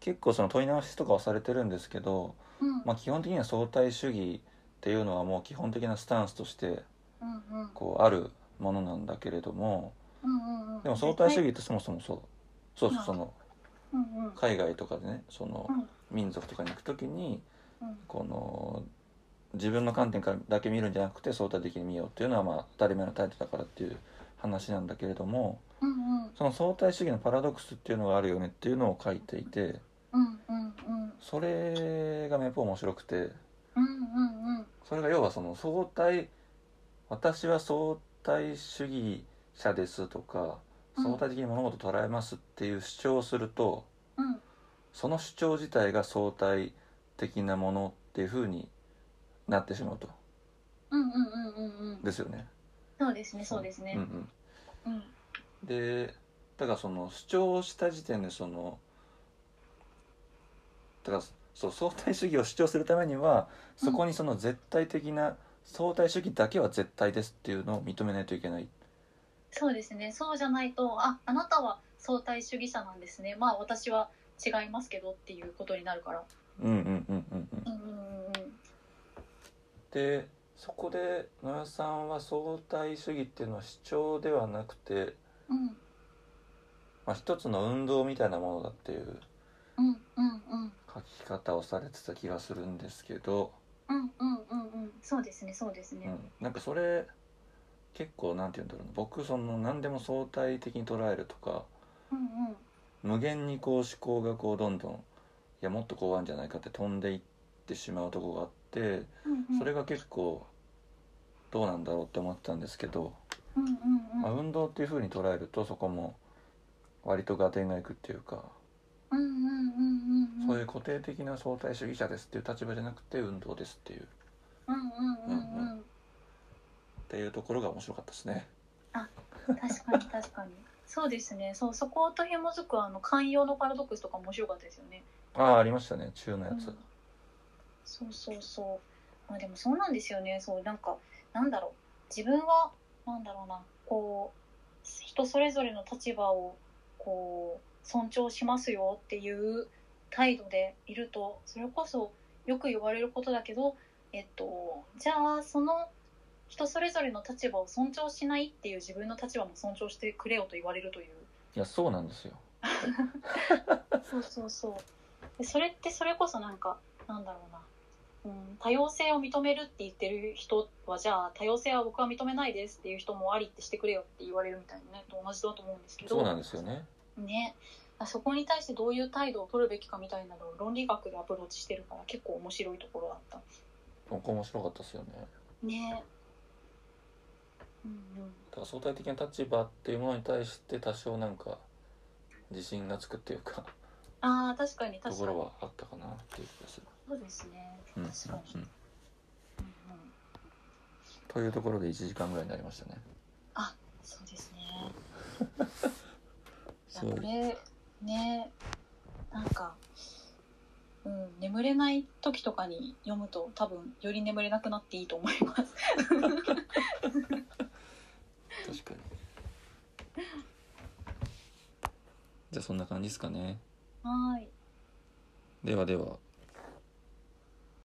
結構その問い直しとかはされてるんですけど、
うん
まあ、基本的には相対主義っていうのはもう基本的なスタンスとして
うんうん
こうあるものなんだけれども
うんうんうん
でも相対主義ってそもそもそうそうそう
うん
その
うんうん
海外とかでねその
うん
民族とかに行く時に
うん
この自分の観点からだけ見るんじゃなくて相対的に見ようっていうのはまあ当たり前の態度だからっていう話なんだけれども
うんうん
その相対主義のパラドックスっていうのがあるよねっていうのを書いていて
うんうんうん
それがやっぱ面白くて
うんうんうん
それが要はその相対私は相対主義者ですとか
うん
相対的に物事を捉えますっていう主張をすると
うん
その主張自体が相対的なものっていうふうになってしまうと
うんうんうんうんうん
ですよね。
そうですねそうですね
うんうん
うん
でだからその主張をした時点でそのだからそう相対主義を主張するためにはそこにその絶対的な相対主義だけは絶対ですっていうのを認めないといけない
そうですねそうじゃないとああなたは相対主義者なんですねまあ私は違いますけどっていうことになるから
うんうんうんうんうん
うんうんうんうん
でそこで野谷さんは相対主義っていうのは主張ではなくて、
うん
まあ、一つの運動みたいなものだっていう
うんうんうん
書き方をされてた気がするんですけど、
うんうんうんうんそうですねそうです
う
ね
ん、なんかそれ結構なんて言うんだろうな僕その何でも相対的に捉えるとか
うんうん
無限にこう思考がこうどんどんいやもっとこうあるんじゃないかって飛んでいってしまうとこがあって
うんうん
それが結構どうなんだろうって思ったんですけど、
うんうん
まあ、
うん
運動っていう風に捉えるとそこも割と合点がいくっていうか、
うんうんうんうん
そういう固定的な相対主義者ですっていう立場じゃなくて運動ですっていう
うんうんうんうん
っていうところが面白かったですね。
確かに確かにそうですねそうそこと紐づくあの寛容のパラドックスとかも面白かったですよね
ああありましたね中のや
う
つ
ん。そうそうそうまあでもそうなんですよねそうなんかなんだろう自分はなんだろうなこう人それぞれの立場をこう尊重しますよっていう態度でいるとそれこそよく言われることだけどえっとじゃあその人それぞれの立場を尊重しないっていう自分の立場も尊重してくれよと言われるという
いやそうなんですよ。
そうそうそうでそれってそれこそなんかなんだろうな、うん、多様性を認めるって言ってる人はじゃあ多様性は僕は認めないですっていう人もありってしてくれよって言われるみたいなねと同じだと思うんですけど
そうなんですよね。
ねあそこに対してどういう態度を取るべきかみたいなのを論理学でアプローチしてるから結構面白いところだった
僕面白かったですよね。
ねうんうん
だから相対的な立場っていうものに対して多少なんか自信がつくっていうか
あー確かに
と
確
こ
か
ろ
に
はあったかなっていう気がする。
そうですね
うん
確かに、
うんうん
うんうん、
というところで1時間ぐらいになりましたね。
そうですね。いやこれねなんか、うん、眠れない時とかに読むと多分より眠れなくなっていいと思います。
確かにじゃあそんな感じですかね
はーい
ではでは